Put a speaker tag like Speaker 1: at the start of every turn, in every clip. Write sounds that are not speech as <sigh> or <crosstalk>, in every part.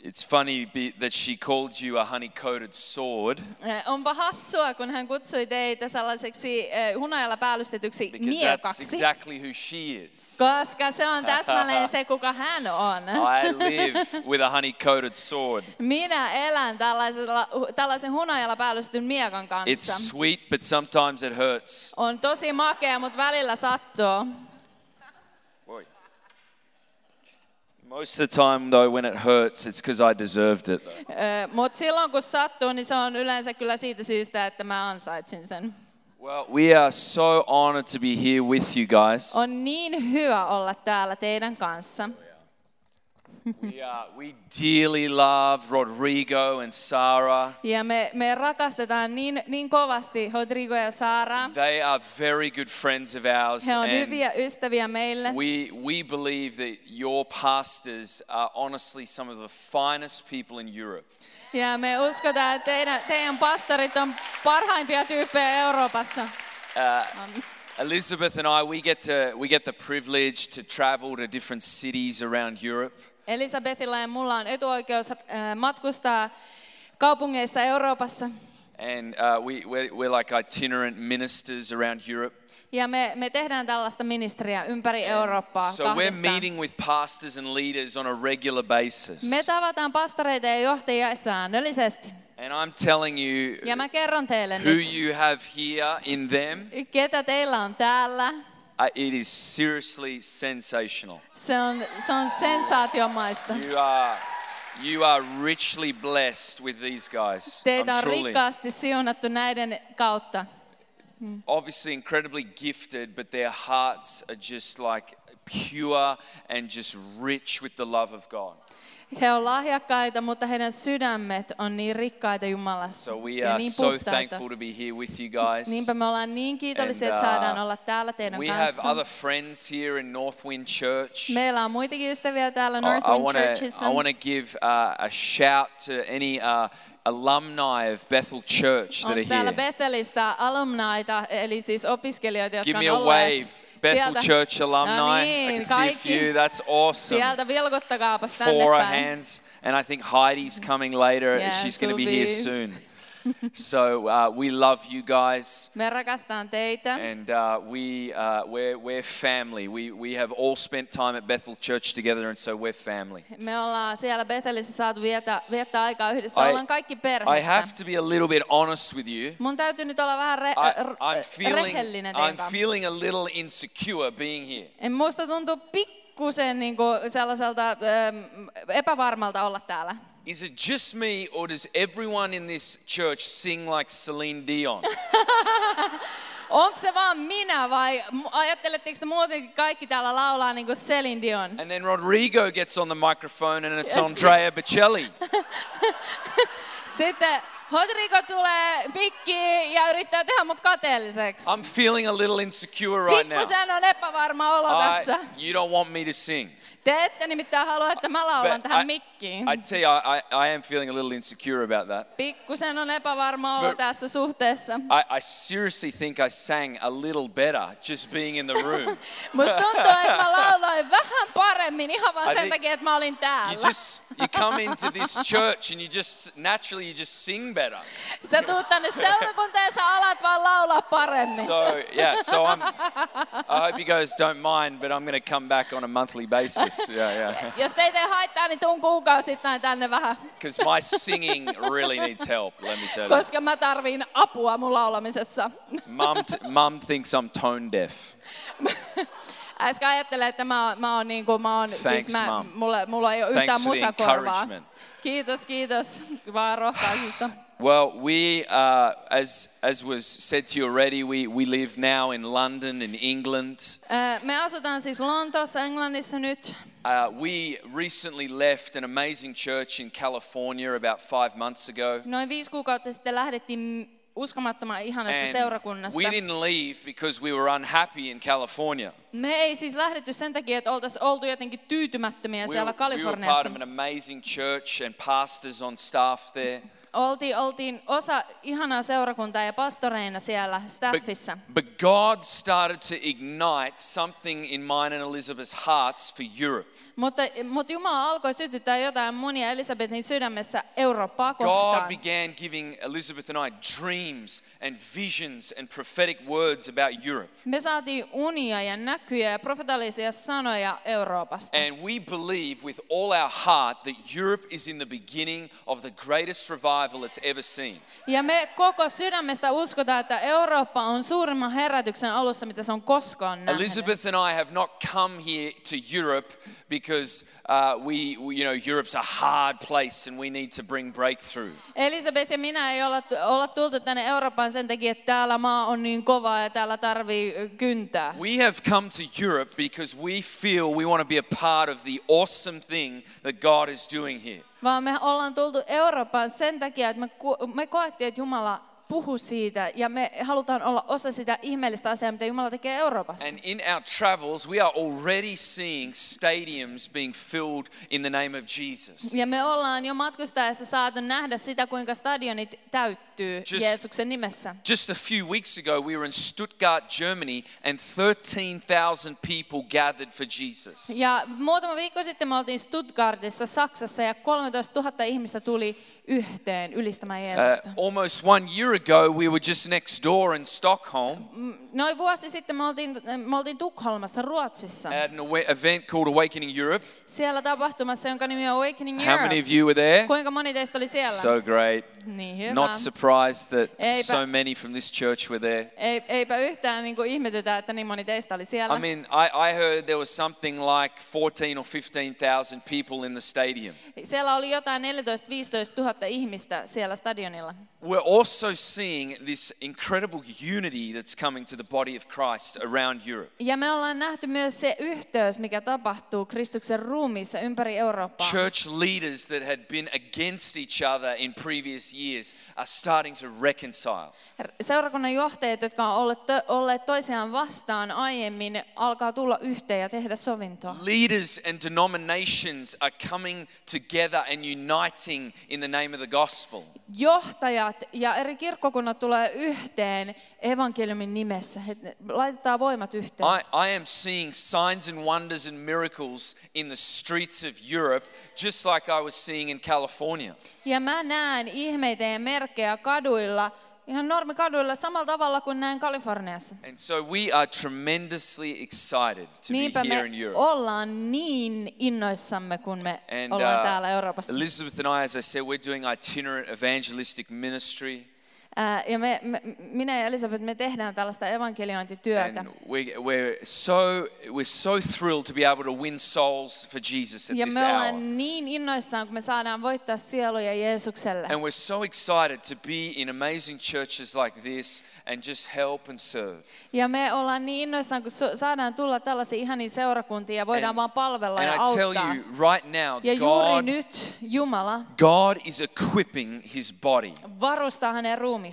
Speaker 1: It's funny be, that she called you a honey coated sword
Speaker 2: Eh, Onpa hassua, kun hän kutsui teitä sellaiseksi eh, hunajalla päällystetyksi
Speaker 1: because that's
Speaker 2: miekaksi,
Speaker 1: exactly who she is.
Speaker 2: koska se on
Speaker 1: <laughs>
Speaker 2: täsmälleen se, kuka hän on.
Speaker 1: I live with a honey coated sword.
Speaker 2: Minä elän tällaisella, tällaisen hunajalla päällystetyn miekan
Speaker 1: It's
Speaker 2: kanssa.
Speaker 1: sweet, but sometimes it hurts.
Speaker 2: On tosi makea, mutta välillä sattuu.
Speaker 1: Oi. Most of the time, though, when it hurts, it's because I deserved it. though.
Speaker 2: Mutta Äh, silloin kun sattuu, niin se on yleensä kyllä siitä syystä, että mä ansaitsin sen.
Speaker 1: Well, we are so honored to be here with you guys.
Speaker 2: On niin hyvä olla täällä teidän kanssa.
Speaker 1: We, uh, we dearly love Rodrigo and Sarah.
Speaker 2: Ja me, me rakastetaan niin, niin kovasti Rodrigo ja Saaraa.
Speaker 1: They are very good friends of ours.
Speaker 2: He on
Speaker 1: and
Speaker 2: hyviä ystäviä meille.
Speaker 1: We, we believe that your pastors are honestly some of the finest people in Europe.
Speaker 2: Ja me uskotaan, että teidän, teidän pastorit on parhaimpia tyyppejä Euroopassa.
Speaker 1: Uh, Elizabeth and I, we get, to, we get the privilege to travel to different cities around Europe.
Speaker 2: Elisabetilla ja mulla on etuoikeus äh, matkustaa kaupungeissa Euroopassa.
Speaker 1: And uh, we, we're, we're like itinerant ministers around Europe.
Speaker 2: Ja me, me tehdään tällaista ministeriä ympäri Eurooppaa
Speaker 1: So we're
Speaker 2: kahdestaan.
Speaker 1: meeting with pastors and leaders on a regular
Speaker 2: Me
Speaker 1: basis.
Speaker 2: tavataan pastoreita ja johtajia säännöllisesti.
Speaker 1: And I'm telling you
Speaker 2: Ja mä kerron teille
Speaker 1: who
Speaker 2: nyt,
Speaker 1: you have here in them,
Speaker 2: ketä teillä on täällä.
Speaker 1: uh, it is seriously sensational.
Speaker 2: Se on, se on sensaatiomaista.
Speaker 1: You are, you are richly blessed with these guys.
Speaker 2: Teitä
Speaker 1: I'm
Speaker 2: on
Speaker 1: truly,
Speaker 2: rikkaasti siunattu näiden kautta.
Speaker 1: obviously incredibly gifted, but their hearts are just like pure and just rich with the love of God.
Speaker 2: He on lahjakkaita, mutta heidän sydämet on niin rikkaita Jumalassa.
Speaker 1: So we
Speaker 2: ja
Speaker 1: are
Speaker 2: niin
Speaker 1: so
Speaker 2: puhtaita.
Speaker 1: thankful to be here with you guys.
Speaker 2: Niinpä me ollaan niin kiitollisia,
Speaker 1: And,
Speaker 2: että saadaan
Speaker 1: uh,
Speaker 2: olla täällä teidän
Speaker 1: We have
Speaker 2: kanssa.
Speaker 1: other friends here in Northwind Church.
Speaker 2: Meillä on muitakin ystäviä täällä
Speaker 1: Oh, I- I
Speaker 2: Northwind
Speaker 1: wanna-
Speaker 2: Churchissa.
Speaker 1: I want to give uh, a shout to any uh, alumni of Bethel Church that
Speaker 2: Onko
Speaker 1: are
Speaker 2: täällä
Speaker 1: here.
Speaker 2: Bethelistä alumnaita, eli siis opiskelijoita, jotka
Speaker 1: Give
Speaker 2: on
Speaker 1: me a
Speaker 2: olleet
Speaker 1: wave, Bethel
Speaker 2: sieltä,
Speaker 1: Church alumni.
Speaker 2: No
Speaker 1: I can
Speaker 2: niin,
Speaker 1: see a
Speaker 2: kaikki
Speaker 1: few. That's awesome.
Speaker 2: sieltä vilkottakaapas tänne
Speaker 1: Four
Speaker 2: päin.
Speaker 1: hands, and I think Heidi's coming later.
Speaker 2: Yeah,
Speaker 1: She's going to
Speaker 2: she'll
Speaker 1: be here
Speaker 2: be.
Speaker 1: soon.
Speaker 2: <laughs>
Speaker 1: so uh, we love you guys,
Speaker 2: Me rakastan teitä.
Speaker 1: and uh, we uh, we're, we're family. We we have all spent time at Bethel Church together, and so we're family.
Speaker 2: Me ollaan siellä Bethelissä saatu viettää, viettää aikaa yhdessä.
Speaker 1: I-
Speaker 2: ollaan kaikki
Speaker 1: I
Speaker 2: perhettä.
Speaker 1: have to be a little bit honest with you.
Speaker 2: Mun täytyy nyt olla vähän re-
Speaker 1: I,
Speaker 2: r-
Speaker 1: I'm feeling
Speaker 2: rehellinen teidän
Speaker 1: I'm
Speaker 2: kanssa.
Speaker 1: feeling a little insecure being here.
Speaker 2: En musta tuntuu pikkusen niin sellaiselta ähm, epävarmalta olla täällä.
Speaker 1: Is it just me, or does everyone in this church sing like Celine Dion?
Speaker 2: Onko se vaan minä vai mu- ajatteletteko te muutenkin kaikki täällä laulaa niin kuin Celine Dion?
Speaker 1: And then Rodrigo gets on the microphone and it's Andrea Bocelli.
Speaker 2: Sitten Rodrigo tulee pikkiin ja yrittää tehdä mut kateelliseksi.
Speaker 1: I'm feeling a little insecure right now.
Speaker 2: Pikkusen on epävarma olo tässä.
Speaker 1: I- you don't want me to sing.
Speaker 2: Te ette nimittäin halua, että mä laulan
Speaker 1: But
Speaker 2: tähän
Speaker 1: I,
Speaker 2: mikkiin.
Speaker 1: I tell you, I, I, I am feeling a little insecure about that.
Speaker 2: Pikkusen on epävarma olo
Speaker 1: But-
Speaker 2: tässä suhteessa.
Speaker 1: I, I seriously think I sang a little better just being in the room.
Speaker 2: Musta tuntuu, että mä lauloin vähän paremmin ihan
Speaker 1: I
Speaker 2: vaan sen
Speaker 1: think-
Speaker 2: takia, että mä olin
Speaker 1: you
Speaker 2: täällä.
Speaker 1: just you come into this church and you just naturally you just sing better.
Speaker 2: Sä tuut tänne seurakuntaan ja sä alat vaan laulaa paremmin.
Speaker 1: So yeah, so I'm I hope you guys don't mind, but I'm gonna come back on a monthly basis. Yeah, yeah.
Speaker 2: Jos teitä ei haittaa, niin tuun kuukausittain tänne vähän,
Speaker 1: Because my singing really needs help, let me tell you.
Speaker 2: koska mä tarviin apua mun laulamisessa. <laughs>
Speaker 1: Mum, t- mum thinks I'm tone deaf.
Speaker 2: Äsken ajattelin, että mä, oon- mä oon niin kuin, mä oon,
Speaker 1: Thanks,
Speaker 2: siis mä,
Speaker 1: Mom.
Speaker 2: mulla, mulla ei ole
Speaker 1: Thanks
Speaker 2: yhtään
Speaker 1: for the
Speaker 2: musakorvaa.
Speaker 1: encouragement.
Speaker 2: Kiitos, kiitos vaan rohkaisusta.
Speaker 1: Well, we, uh, as, as was said to you already, we, we live now in London, in England.
Speaker 2: Ö, Me asutaan siis Lontoossa, Englannissa nyt.
Speaker 1: Uh, we recently left an amazing church in California about five months ago.
Speaker 2: Noin viisi kuukautta sitten lähdettiin uskomattoman ihanasta
Speaker 1: And
Speaker 2: seurakunnasta.
Speaker 1: we didn't leave because we were unhappy in California.
Speaker 2: Me ei siis lähdetty sen takia, että oltaisiin oltu jotenkin tyytymättömiä
Speaker 1: We
Speaker 2: siellä
Speaker 1: were, we were part
Speaker 2: Kaliforniassa.
Speaker 1: of an amazing church and pastors on staff there.
Speaker 2: Oltiin, oltiin osa ihanaa seurakuntaa ja pastoreina siellä staffissa.
Speaker 1: But, but God started to ignite something in mine and Elizabeth's hearts for Europe.
Speaker 2: Mutta, mutta Jumala alkoi sytyttää jotain monia Elisabetin sydämessä Eurooppaa
Speaker 1: God
Speaker 2: kohtaan.
Speaker 1: began giving Elizabeth and I dreams and visions and prophetic words about Europe.
Speaker 2: Me saatiin unia ja näkyjä ja profetallisia sanoja Euroopasta.
Speaker 1: And we believe with all our heart that Europe is in the beginning of the greatest revival it's ever seen.
Speaker 2: Ja me koko sydämestä uskotaan, että Eurooppa on suurimman herätyksen alussa, mitä se on koskaan nähnyt.
Speaker 1: Elizabeth and I have not come here to Europe because uh, we, we- you know, Europe's a hard place and we need to bring breakthrough.
Speaker 2: Elisabeth ja minä ei olla, olla tultu tänne Eurooppaan sen takia, että täällä maa on niin kova ja täällä tarvii ö, kyntää.
Speaker 1: We have come to Europe because we feel we want to be a part of the awesome thing that God is doing here.
Speaker 2: Vaan me ollaan tultu Eurooppaan sen takia, että me, ku- me koettiin, että Jumala puhu siitä ja me halutaan olla osa sitä ihmeellistä asiaa, mitä Jumala tekee Euroopassa.
Speaker 1: And in our travels, we are already seeing stadiums being filled in the name of Jesus.
Speaker 2: Ja me ollaan jo matkustaessa saatu nähdä sitä, kuinka stadionit täyttyy
Speaker 1: Just-
Speaker 2: Jeesuksen nimessä.
Speaker 1: Just a few weeks ago, we were in Stuttgart, Germany, and 13,000 people gathered for Jesus.
Speaker 2: Ja muutama viikko sitten me oltiin Stuttgartissa Saksassa ja 13 000 ihmistä tuli yhteen ylistämään
Speaker 1: Uh,
Speaker 2: Jeesusta.
Speaker 1: almost one year ago, we were just next door in Stockholm
Speaker 2: Noin vuosi sitten me oltiin, me oltiin Tukholmassa, Ruotsissa.
Speaker 1: at an awa- event called Awakening Europe.
Speaker 2: Siellä tapahtumassa, jonka nimi on Awakening
Speaker 1: How many
Speaker 2: Europe.
Speaker 1: of you were there?
Speaker 2: Kuinka moni teistä oli siellä?
Speaker 1: So great.
Speaker 2: niin hyvä.
Speaker 1: Not surprised that
Speaker 2: Eipä-
Speaker 1: so many from this church were there.
Speaker 2: Ei, eipä yhtään niin kuin ihmetytä, että niin moni teistä oli siellä.
Speaker 1: I mean, I, I heard there was something like 14 or 15,000 people in the stadium.
Speaker 2: Siellä oli jotain 14-15 000 ihmistä siellä stadionilla.
Speaker 1: We're also seeing this incredible unity that's coming to the body of Christ around Europe.
Speaker 2: Ja me ollaan nähty myös se yhteys, mikä tapahtuu Kristuksen ruumiissa ympäri Eurooppaa.
Speaker 1: Church leaders that had been against each other in previous years are starting to reconcile.
Speaker 2: Seurakunnan johtajat, jotka on olleet, to- olleet toisiaan vastaan aiemmin, alkaa tulla yhteen ja tehdä sovintoa.
Speaker 1: Leaders and denominations are coming together and uniting in the name of the gospel.
Speaker 2: Johtajat ja eri kirkkokunnat tulee yhteen evankeliumin nimessä. He laitetaan voimat yhteen.
Speaker 1: I, I am seeing signs and wonders and miracles in the streets of Europe, just like I was seeing in California.
Speaker 2: Ja mä näen ihmeitä ja merkkejä kaduilla, ihan normikaduilla, samalla tavalla kuin näin Kaliforniassa.
Speaker 1: And so we are tremendously excited to
Speaker 2: Niinpä
Speaker 1: be
Speaker 2: me
Speaker 1: here in Europe.
Speaker 2: ollaan niin innoissamme, kun me
Speaker 1: And
Speaker 2: ollaan
Speaker 1: uh,
Speaker 2: täällä Euroopassa.
Speaker 1: Elizabeth and I, as I said, we're doing itinerant evangelistic ministry.
Speaker 2: Ää, Äh, ja me, me, minä ja Elisabeth, me tehdään tällaista evankeliointityötä.
Speaker 1: And we, we're, so, we're so thrilled to be able to win souls for Jesus at
Speaker 2: Ja
Speaker 1: this
Speaker 2: me
Speaker 1: hour.
Speaker 2: ollaan niin innoissaan, kun me saadaan voittaa sieluja Jeesukselle.
Speaker 1: And we're so excited to be in amazing churches like this and just help and serve.
Speaker 2: Ja me ollaan niin innoissaan, kun su- saadaan tulla tällaisiin ihaniin seurakuntiin ja voidaan
Speaker 1: And-
Speaker 2: vaan palvella
Speaker 1: And
Speaker 2: ja
Speaker 1: I tell
Speaker 2: auttaa.
Speaker 1: you right now,
Speaker 2: Ja juuri
Speaker 1: God,
Speaker 2: nyt Jumala
Speaker 1: God is equipping his body.
Speaker 2: varustaa hänen ruumistaan.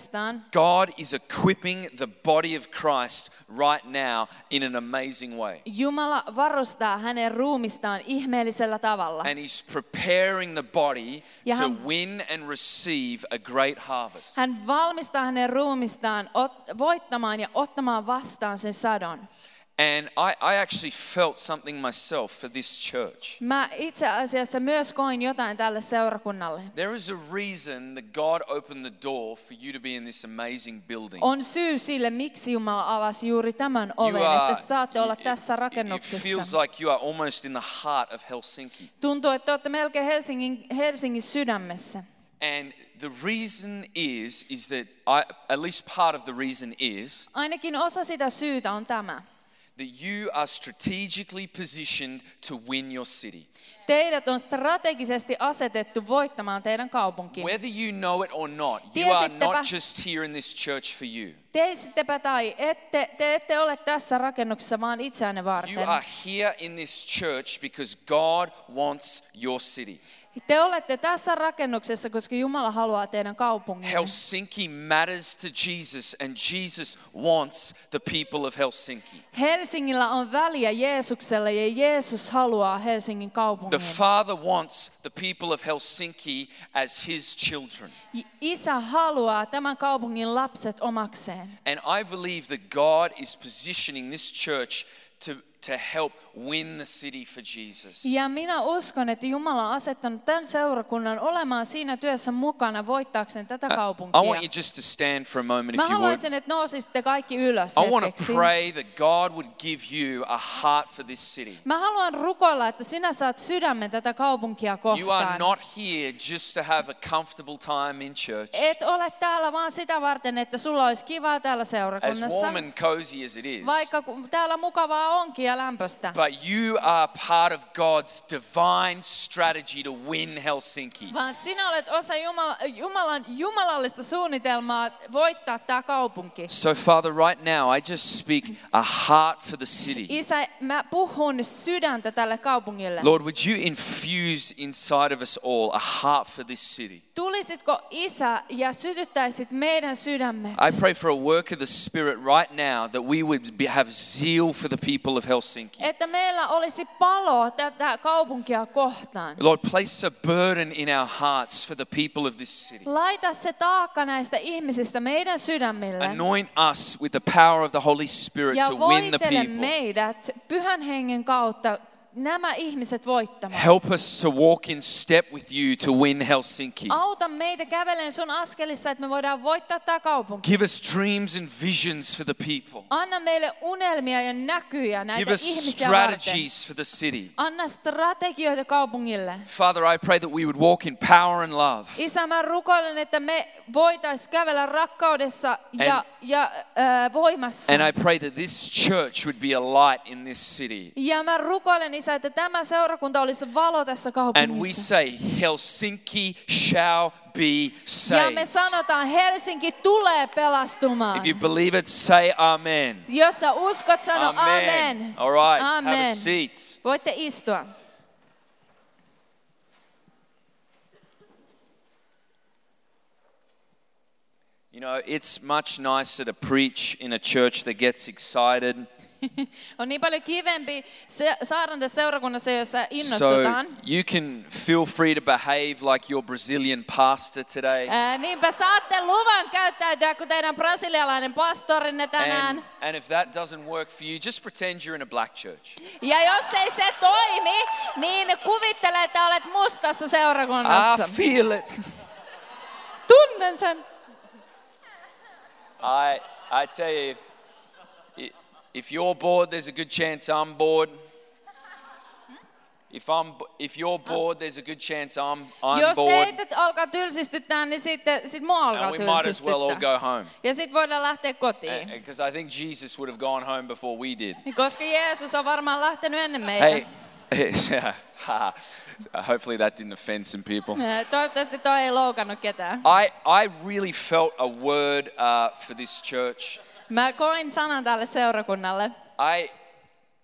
Speaker 1: God is equipping the body of Christ right now in an amazing way.
Speaker 2: Jumala varustaa hänen ruumistaan ihmeellisellä tavalla.
Speaker 1: And he's preparing the body
Speaker 2: Ja
Speaker 1: to
Speaker 2: hän-
Speaker 1: win and receive a great harvest.
Speaker 2: Hän valmistaa hänen ruumistaan ot- voittamaan ja ottamaan vastaan sen sadon.
Speaker 1: And I, I actually felt something myself for this church.
Speaker 2: Mä itse asiassa myös koin jotain tälle seurakunnalle.
Speaker 1: There is a reason that God opened the door for you to be in this amazing building.
Speaker 2: On syy sille, miksi Jumala avasi juuri tämän
Speaker 1: You
Speaker 2: oven,
Speaker 1: are-
Speaker 2: että saatte olla
Speaker 1: it-
Speaker 2: tässä
Speaker 1: it feels
Speaker 2: rakennuksessa.
Speaker 1: like you are almost in the heart of Helsinki.
Speaker 2: Tuntuu, että olette melkein Helsingin, Helsingin sydämessä.
Speaker 1: And the reason is, is that I, at least part of the reason is
Speaker 2: Ainakin osa sitä syytä on tämä.
Speaker 1: that you are strategically positioned to win your city.
Speaker 2: Teidät on strategisesti asetettu voittamaan teidän kaupunkiin.
Speaker 1: Whether you know it or not, you are
Speaker 2: Tiesittekö?
Speaker 1: not just here in this church for you.
Speaker 2: Teisitepä tai ette, te ette ole tässä rakennuksessa vaan itseänne
Speaker 1: You
Speaker 2: varten.
Speaker 1: are here in this church because God wants your city.
Speaker 2: Te olette tässä rakennuksessa, koska Jumala haluaa teidän kaupungin.
Speaker 1: Helsinki matters to Jesus, and Jesus wants the people of Helsinki.
Speaker 2: Helsingillä on väliä Jeesukselle ja Jeesus haluaa Helsingin
Speaker 1: The
Speaker 2: kaupungin.
Speaker 1: Father wants the people of Helsinki as His children.
Speaker 2: Isä haluaa tämän kaupungin lapset omakseen.
Speaker 1: And I believe that God is positioning this church to, to help win the city for Jesus.
Speaker 2: Ja minä uskon, että Jumala on asettanut tämän seurakunnan olemaan siinä työssä mukana voittaakseen tätä
Speaker 1: Uh, I
Speaker 2: kaupunkia.
Speaker 1: want you just to stand for a moment
Speaker 2: Mä
Speaker 1: if you would.
Speaker 2: haluaisin, että nousisitte kaikki ylös
Speaker 1: I want to
Speaker 2: hetkeksi.
Speaker 1: pray that God would give you a heart for this city.
Speaker 2: Mä haluan rukoilla, että sinä saat sydämen tätä kaupunkia
Speaker 1: You are
Speaker 2: kohtaan.
Speaker 1: not here just to have a comfortable time in church.
Speaker 2: Et ole täällä vaan sitä varten, että sulla olisi kivaa täällä
Speaker 1: As
Speaker 2: seurakunnassa.
Speaker 1: warm and cozy as it is.
Speaker 2: Vaikka ku- täällä mukavaa onkin ja lämpöstä.
Speaker 1: But you are part of God's divine strategy to win Helsinki.
Speaker 2: Vaan sinä olet osa Jumala, Jumalan, jumalallista suunnitelmaa voittaa tämä kaupunki.
Speaker 1: So, Father, right now I just speak a heart for the city.
Speaker 2: Isä, mä puhun sydäntä tälle kaupungille.
Speaker 1: Lord, would you infuse inside of us all a heart for this city?
Speaker 2: Tulisitko isä ja sytyttäisit meidän sydämet?
Speaker 1: I pray for a work of the Spirit right now that we would be, have zeal for the people of Helsinki.
Speaker 2: Että meillä olisi palo tätä kaupunkia kohtaan.
Speaker 1: Lord, place a burden in our hearts for the people of this city.
Speaker 2: Laita se taakka näistä ihmisistä meidän sydämille.
Speaker 1: Anoint us with the power of the Holy Spirit
Speaker 2: Ja
Speaker 1: to win the
Speaker 2: voitele
Speaker 1: people.
Speaker 2: meidät pyhän hengen kautta nämä ihmiset voittamaan.
Speaker 1: Help us to walk in step with you to win Helsinki.
Speaker 2: Auta meitä käveleen sun askelissa, että me voidaan voittaa tämä kaupunki.
Speaker 1: Give us dreams and visions for the people.
Speaker 2: Anna meille unelmia ja näkyjä
Speaker 1: Give
Speaker 2: näitä
Speaker 1: us
Speaker 2: ihmisiä varten.
Speaker 1: strategies for the city.
Speaker 2: Anna strategioita kaupungille.
Speaker 1: Father, I pray that we would walk in power and love.
Speaker 2: Isä, mä rukoilen, että me voitais kävellä rakkaudessa ja, ja äh, voimassa.
Speaker 1: And I pray that this church would be a light in this city.
Speaker 2: ja mä rukoilen, isä, että tämä seurakunta olisi valo tässä
Speaker 1: And we
Speaker 2: kaupungissa.
Speaker 1: say, Helsinki shall be
Speaker 2: Ja
Speaker 1: saved.
Speaker 2: me sanotaan, Helsinki tulee pelastumaan.
Speaker 1: If you believe it, say amen.
Speaker 2: Jos sä uskot, sano amen.
Speaker 1: All right, have a
Speaker 2: Amen.
Speaker 1: seat.
Speaker 2: Voitte istua.
Speaker 1: You know, it's much nicer to preach in a church that gets excited.
Speaker 2: On niin paljon kivempi se, saarnata seurakunnassa, jossa
Speaker 1: So
Speaker 2: innostutaan.
Speaker 1: you can feel free to behave like your Brazilian pastor today.
Speaker 2: Ää, niinpä saatte luvan käyttäytyä kuin teidän brasilialainen pastorinne tänään.
Speaker 1: And, and if that doesn't work for you, just pretend you're in a black church.
Speaker 2: Ja jos ei se toimi, niin kuvittele, että olet mustassa
Speaker 1: I
Speaker 2: seurakunnassa.
Speaker 1: feel it.
Speaker 2: Tunnen sen.
Speaker 1: I, I tell you, i- if you're bored, there's a good chance I'm bored. If, I'm, b- if you're bored, there's a good chance I'm, I'm
Speaker 2: Jos
Speaker 1: bored.
Speaker 2: teitä alkaa tylsistyttää, niin sitten sit mua alkaa
Speaker 1: And we might as well all
Speaker 2: tylsistyttää.
Speaker 1: go home.
Speaker 2: Ja sitten voidaan lähteä kotiin.
Speaker 1: Because I think Jesus would have gone home before we did.
Speaker 2: Koska Jeesus on varmaan lähtenyt ennen
Speaker 1: Hey,
Speaker 2: meitä.
Speaker 1: <laughs> hopefully that didn't offend some people.
Speaker 2: Ää, Äh, Toivottavasti toi ei loukannut ketään.
Speaker 1: I, I really felt a word uh, for this church.
Speaker 2: Mä koin sanan tälle seurakunnalle.
Speaker 1: I,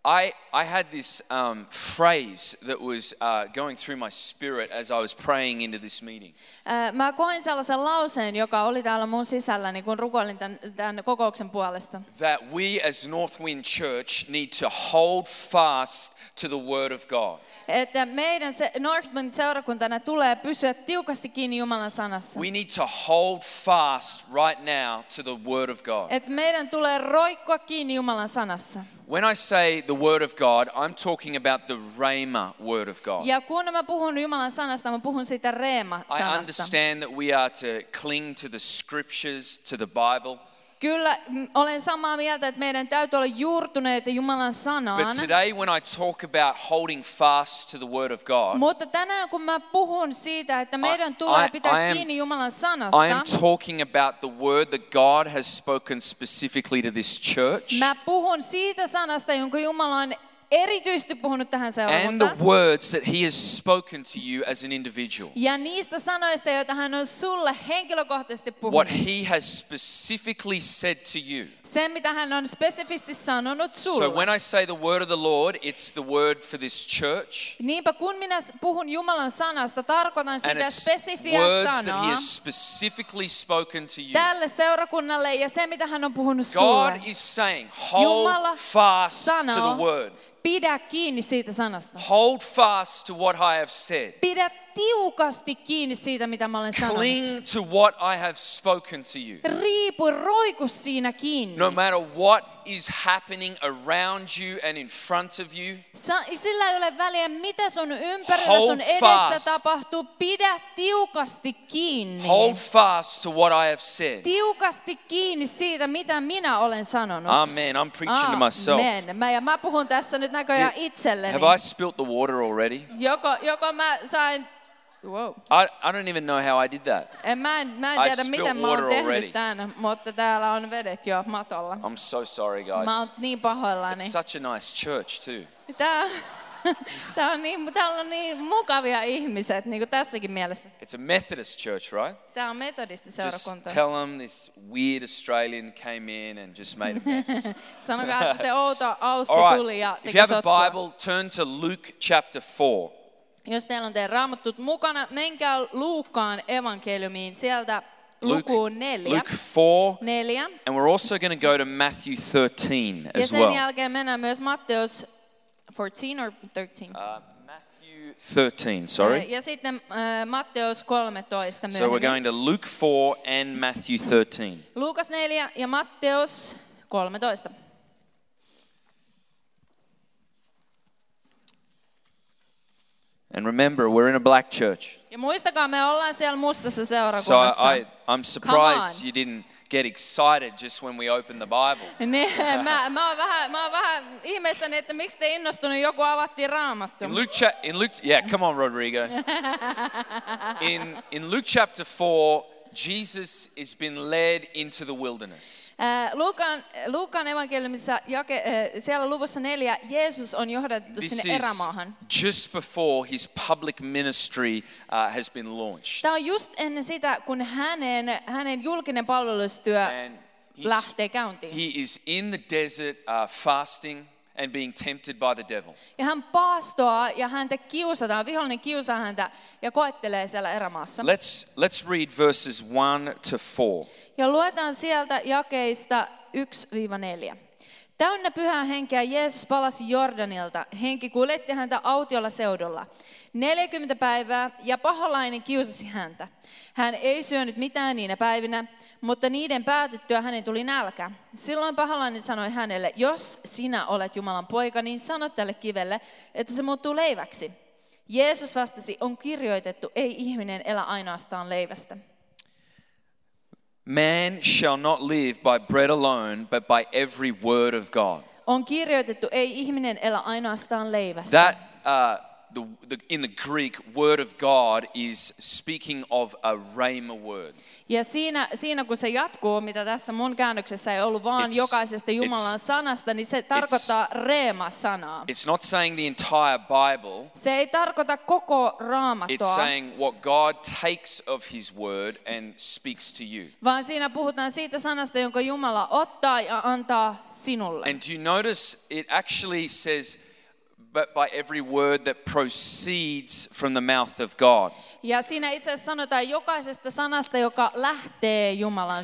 Speaker 1: I, I had this um, phrase that was uh, going through my spirit as I was praying into this meeting.
Speaker 2: Ää, Äh, Mä koin sellaisen lauseen, joka oli täällä mun sisälläni, kun rukoilin tämän, tämän kokouksen puolesta.
Speaker 1: That we as Northwind Church need to hold fast to the Word of God.
Speaker 2: Että meidän se Northman seurakuntana tulee pysyä tiukasti kiinni Jumalan sanassa.
Speaker 1: We need to hold fast right now to the Word of God.
Speaker 2: Että meidän tulee roikkua kiinni Jumalan sanassa.
Speaker 1: When I say the Word of God, I'm talking about the Rhema Word of God.
Speaker 2: Ja kun mä puhun Jumalan sanasta, mä puhun siitä
Speaker 1: I
Speaker 2: Reema-sanasta.
Speaker 1: understand that we are to cling to the scriptures, to the Bible.
Speaker 2: Kyllä, m- olen samaa mieltä, että meidän täytyy olla juurtuneita Jumalan
Speaker 1: But
Speaker 2: sanaan.
Speaker 1: today, when I talk about holding fast to the Word of God,
Speaker 2: Mutta tänään kun mä puhun siitä, että meidän
Speaker 1: I-
Speaker 2: tulee
Speaker 1: I-
Speaker 2: pitää
Speaker 1: I am-
Speaker 2: kiinni Jumalan
Speaker 1: I am
Speaker 2: sanasta,
Speaker 1: talking about the Word that God has spoken specifically to this church
Speaker 2: mä puhun siitä sanasta, jonka Jumala on erityisesti puhunut tähän
Speaker 1: and the
Speaker 2: seurakuntaan.
Speaker 1: words that He has spoken to you as an individual.
Speaker 2: Ja niistä sanoista, joita hän on sulle henkilökohtaisesti puhunut.
Speaker 1: What He has specifically said to you.
Speaker 2: Sen, mitä hän on spesifisti sanonut
Speaker 1: So,
Speaker 2: sulle.
Speaker 1: when I say the Word of the Lord, it's the Word for this church.
Speaker 2: Niinpä kun minä s- puhun Jumalan sanasta, tarkoitan
Speaker 1: And
Speaker 2: sitä
Speaker 1: it's
Speaker 2: spesifiä
Speaker 1: words that He
Speaker 2: sanaa
Speaker 1: has specifically spoken to you.
Speaker 2: tälle seurakunnalle ja se, mitä hän on puhunut sulle.
Speaker 1: God is saying, hold
Speaker 2: Jumala
Speaker 1: fast to
Speaker 2: sanoo,
Speaker 1: the Word.
Speaker 2: Pidä kiinni siitä sanasta.
Speaker 1: Hold fast to what I have said.
Speaker 2: Pidä tiukasti kiinni siitä, mitä mä olen sanonut.
Speaker 1: Cling to what I have spoken to you.
Speaker 2: Riipu, roiku siinä kiinni.
Speaker 1: No matter what is happening around you and in front of you,
Speaker 2: Sa- sillä ei ole väliä, mitä sun ympärillä,
Speaker 1: Hold
Speaker 2: sun edessä
Speaker 1: fast.
Speaker 2: tapahtuu. Pidä tiukasti kiinni.
Speaker 1: hold fast to what I have said.
Speaker 2: Tiukasti kiinni siitä, mitä minä olen sanonut.
Speaker 1: Amen. I'm preaching to myself.
Speaker 2: Amen. Mä, ja mä puhun tässä nyt näköjään
Speaker 1: See,
Speaker 2: itselleni.
Speaker 1: Have I spilt the water already?
Speaker 2: Joko, joko mä sain... Wow.
Speaker 1: I, I don't even know how I did that.
Speaker 2: En, mä, en, mä en
Speaker 1: I
Speaker 2: tiedä,
Speaker 1: spilled
Speaker 2: miten mä oon
Speaker 1: water already.
Speaker 2: tehnyt tämän, mutta täällä on vedet jo matolla.
Speaker 1: I'm so sorry,
Speaker 2: Mä oon
Speaker 1: guys.
Speaker 2: niin pahoillani.
Speaker 1: It's such a nice church, too.
Speaker 2: Tää, tää on <laughs> niin, täällä on niin mukavia ihmiset, niin kuin tässäkin mielessä.
Speaker 1: It's a Methodist church, right?
Speaker 2: Tää on metodistiseurakunta.
Speaker 1: Just tell them this weird Australian came in and just made a mess.
Speaker 2: Sanokaa, että se outo aussi
Speaker 1: All
Speaker 2: tuli ja
Speaker 1: right. If you
Speaker 2: teki
Speaker 1: have a
Speaker 2: sotkua.
Speaker 1: Bible, turn to Luke chapter 4.
Speaker 2: Jos teillä on teidän raamattut mukana, menkää Luukkaan evankeliumiin. Sieltä
Speaker 1: Luke,
Speaker 2: lukuun neljä.
Speaker 1: Luke 4.
Speaker 2: neljä.
Speaker 1: And we're also going to go to Matthew 13
Speaker 2: Ja
Speaker 1: as
Speaker 2: sen
Speaker 1: well.
Speaker 2: jälkeen mennään myös Matteus 14 or 13.
Speaker 1: Uh, Matthew 13, sorry.
Speaker 2: Ja sitten äh, Matteus 13
Speaker 1: So we're
Speaker 2: myöhemmin.
Speaker 1: going to Luke 4 and Matthew 13.
Speaker 2: Luukas 4 ja Matteus 13.
Speaker 1: And remember, we're in a black church.
Speaker 2: Ja muistakaa, me ollaan siellä mustassa
Speaker 1: So I,
Speaker 2: seurakunnassa.
Speaker 1: I, I'm surprised
Speaker 2: on.
Speaker 1: you didn't get excited just when we opened the Bible.
Speaker 2: Niin, <laughs> mä, mä, oon vähän, mä oon vähän ihmeissäni, että miksi te innostunut, joku avattiin raamattu.
Speaker 1: In Luke, cha- in Luke, yeah, come on, Rodrigo. In in Luke chapter four, Jesus has been led into the wilderness.
Speaker 2: Ää, Äh, Luukan, Luukan evankeliumissa jake, ää, siellä luvussa neljä Jeesus on johdattu
Speaker 1: This
Speaker 2: sinne
Speaker 1: is
Speaker 2: erämaahan.
Speaker 1: just before his public ministry uh, has been launched,
Speaker 2: Tämä on just ennen sitä, kun hänen, hänen julkinen palvelustyö
Speaker 1: and he's,
Speaker 2: lähtee käyntiin.
Speaker 1: he is in the desert uh, fasting and being tempted by the devil.
Speaker 2: Ja hän paastoaa ja häntä kiusataan, vihollinen kiusaa häntä ja koettelee siellä erämaassa.
Speaker 1: Let's let's read verses one to four.
Speaker 2: Ja luetaan sieltä jakeista 1-4. Täynnä pyhää henkeä Jeesus palasi Jordanilta. Henki kuljetti häntä autiolla seudulla. 40 päivää ja paholainen kiusasi häntä. Hän ei syönyt mitään niinä päivinä, mutta niiden päätyttyä hänen tuli nälkä. Silloin paholainen sanoi hänelle, jos sinä olet Jumalan poika, niin sano tälle kivelle, että se muuttuu leiväksi. Jeesus vastasi, on kirjoitettu, ei ihminen elä ainoastaan leivästä.
Speaker 1: Man shall not live by bread alone, but by every word of God.
Speaker 2: on kirjoitettu, ei ihminen elä ainoastaan leivästä.
Speaker 1: That uh, the, the, in the Greek, word of God is speaking of a rhema word.
Speaker 2: ja siinä, siinä, kun se jatkuu, mitä tässä mun käännöksessä ei ollut, vaan
Speaker 1: It's-
Speaker 2: jokaisesta
Speaker 1: it's-
Speaker 2: Jumalan sanasta, niin se tarkoittaa reema-sanaa.
Speaker 1: It's not saying the entire Bible.
Speaker 2: Se ei tarkoita koko
Speaker 1: It's
Speaker 2: raamattua,
Speaker 1: saying what God takes of His word and speaks to you.
Speaker 2: vaan siinä puhutaan siitä sanasta, jonka Jumala ottaa ja antaa sinulle.
Speaker 1: And do you notice it actually says, but by every word that proceeds from the mouth of God.
Speaker 2: ja siinä itse asiassa sanotaan jokaisesta sanasta, joka lähtee Jumalan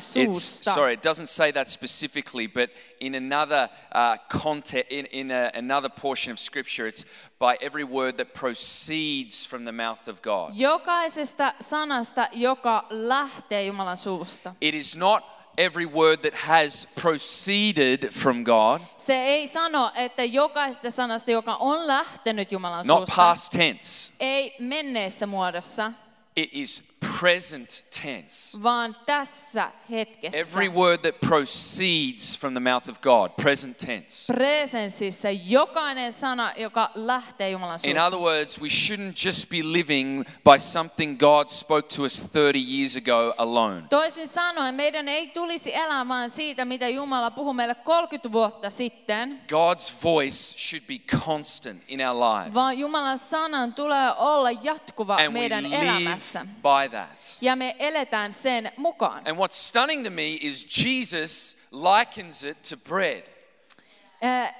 Speaker 1: It's,
Speaker 2: suusta.
Speaker 1: sorry, it doesn't say that specifically, but in another uh, context, in, in a, another portion of Scripture, it's by every word that proceeds from the mouth of God.
Speaker 2: Jokaisesta sanasta, joka lähtee Jumalan suusta.
Speaker 1: It is not every word that has proceeded from God,
Speaker 2: Se ei sano, että jokaisesta sanasta, joka on lähtenyt Jumalan
Speaker 1: not
Speaker 2: suusta,
Speaker 1: past tense.
Speaker 2: ei menneessä muodossa,
Speaker 1: It is present tense.
Speaker 2: vaan tässä hetkessä.
Speaker 1: Every word that proceeds from the mouth of God, present tense.
Speaker 2: Presenssissä jokainen sana, joka lähtee Jumalan
Speaker 1: In
Speaker 2: suusta.
Speaker 1: other words, we shouldn't just be living by something God spoke to us 30 years ago alone.
Speaker 2: Toisin sanoen, meidän ei tulisi elää vaan siitä, mitä Jumala puhui meille 30 vuotta sitten,
Speaker 1: God's voice should be constant in our
Speaker 2: vaan
Speaker 1: lives.
Speaker 2: Jumalan sanan tulee olla jatkuva
Speaker 1: And we
Speaker 2: meidän
Speaker 1: live
Speaker 2: elämässä.
Speaker 1: by that.
Speaker 2: Ja me eletään sen mukaan.
Speaker 1: And what's stunning to me is Jesus likens it to bread.
Speaker 2: Ää,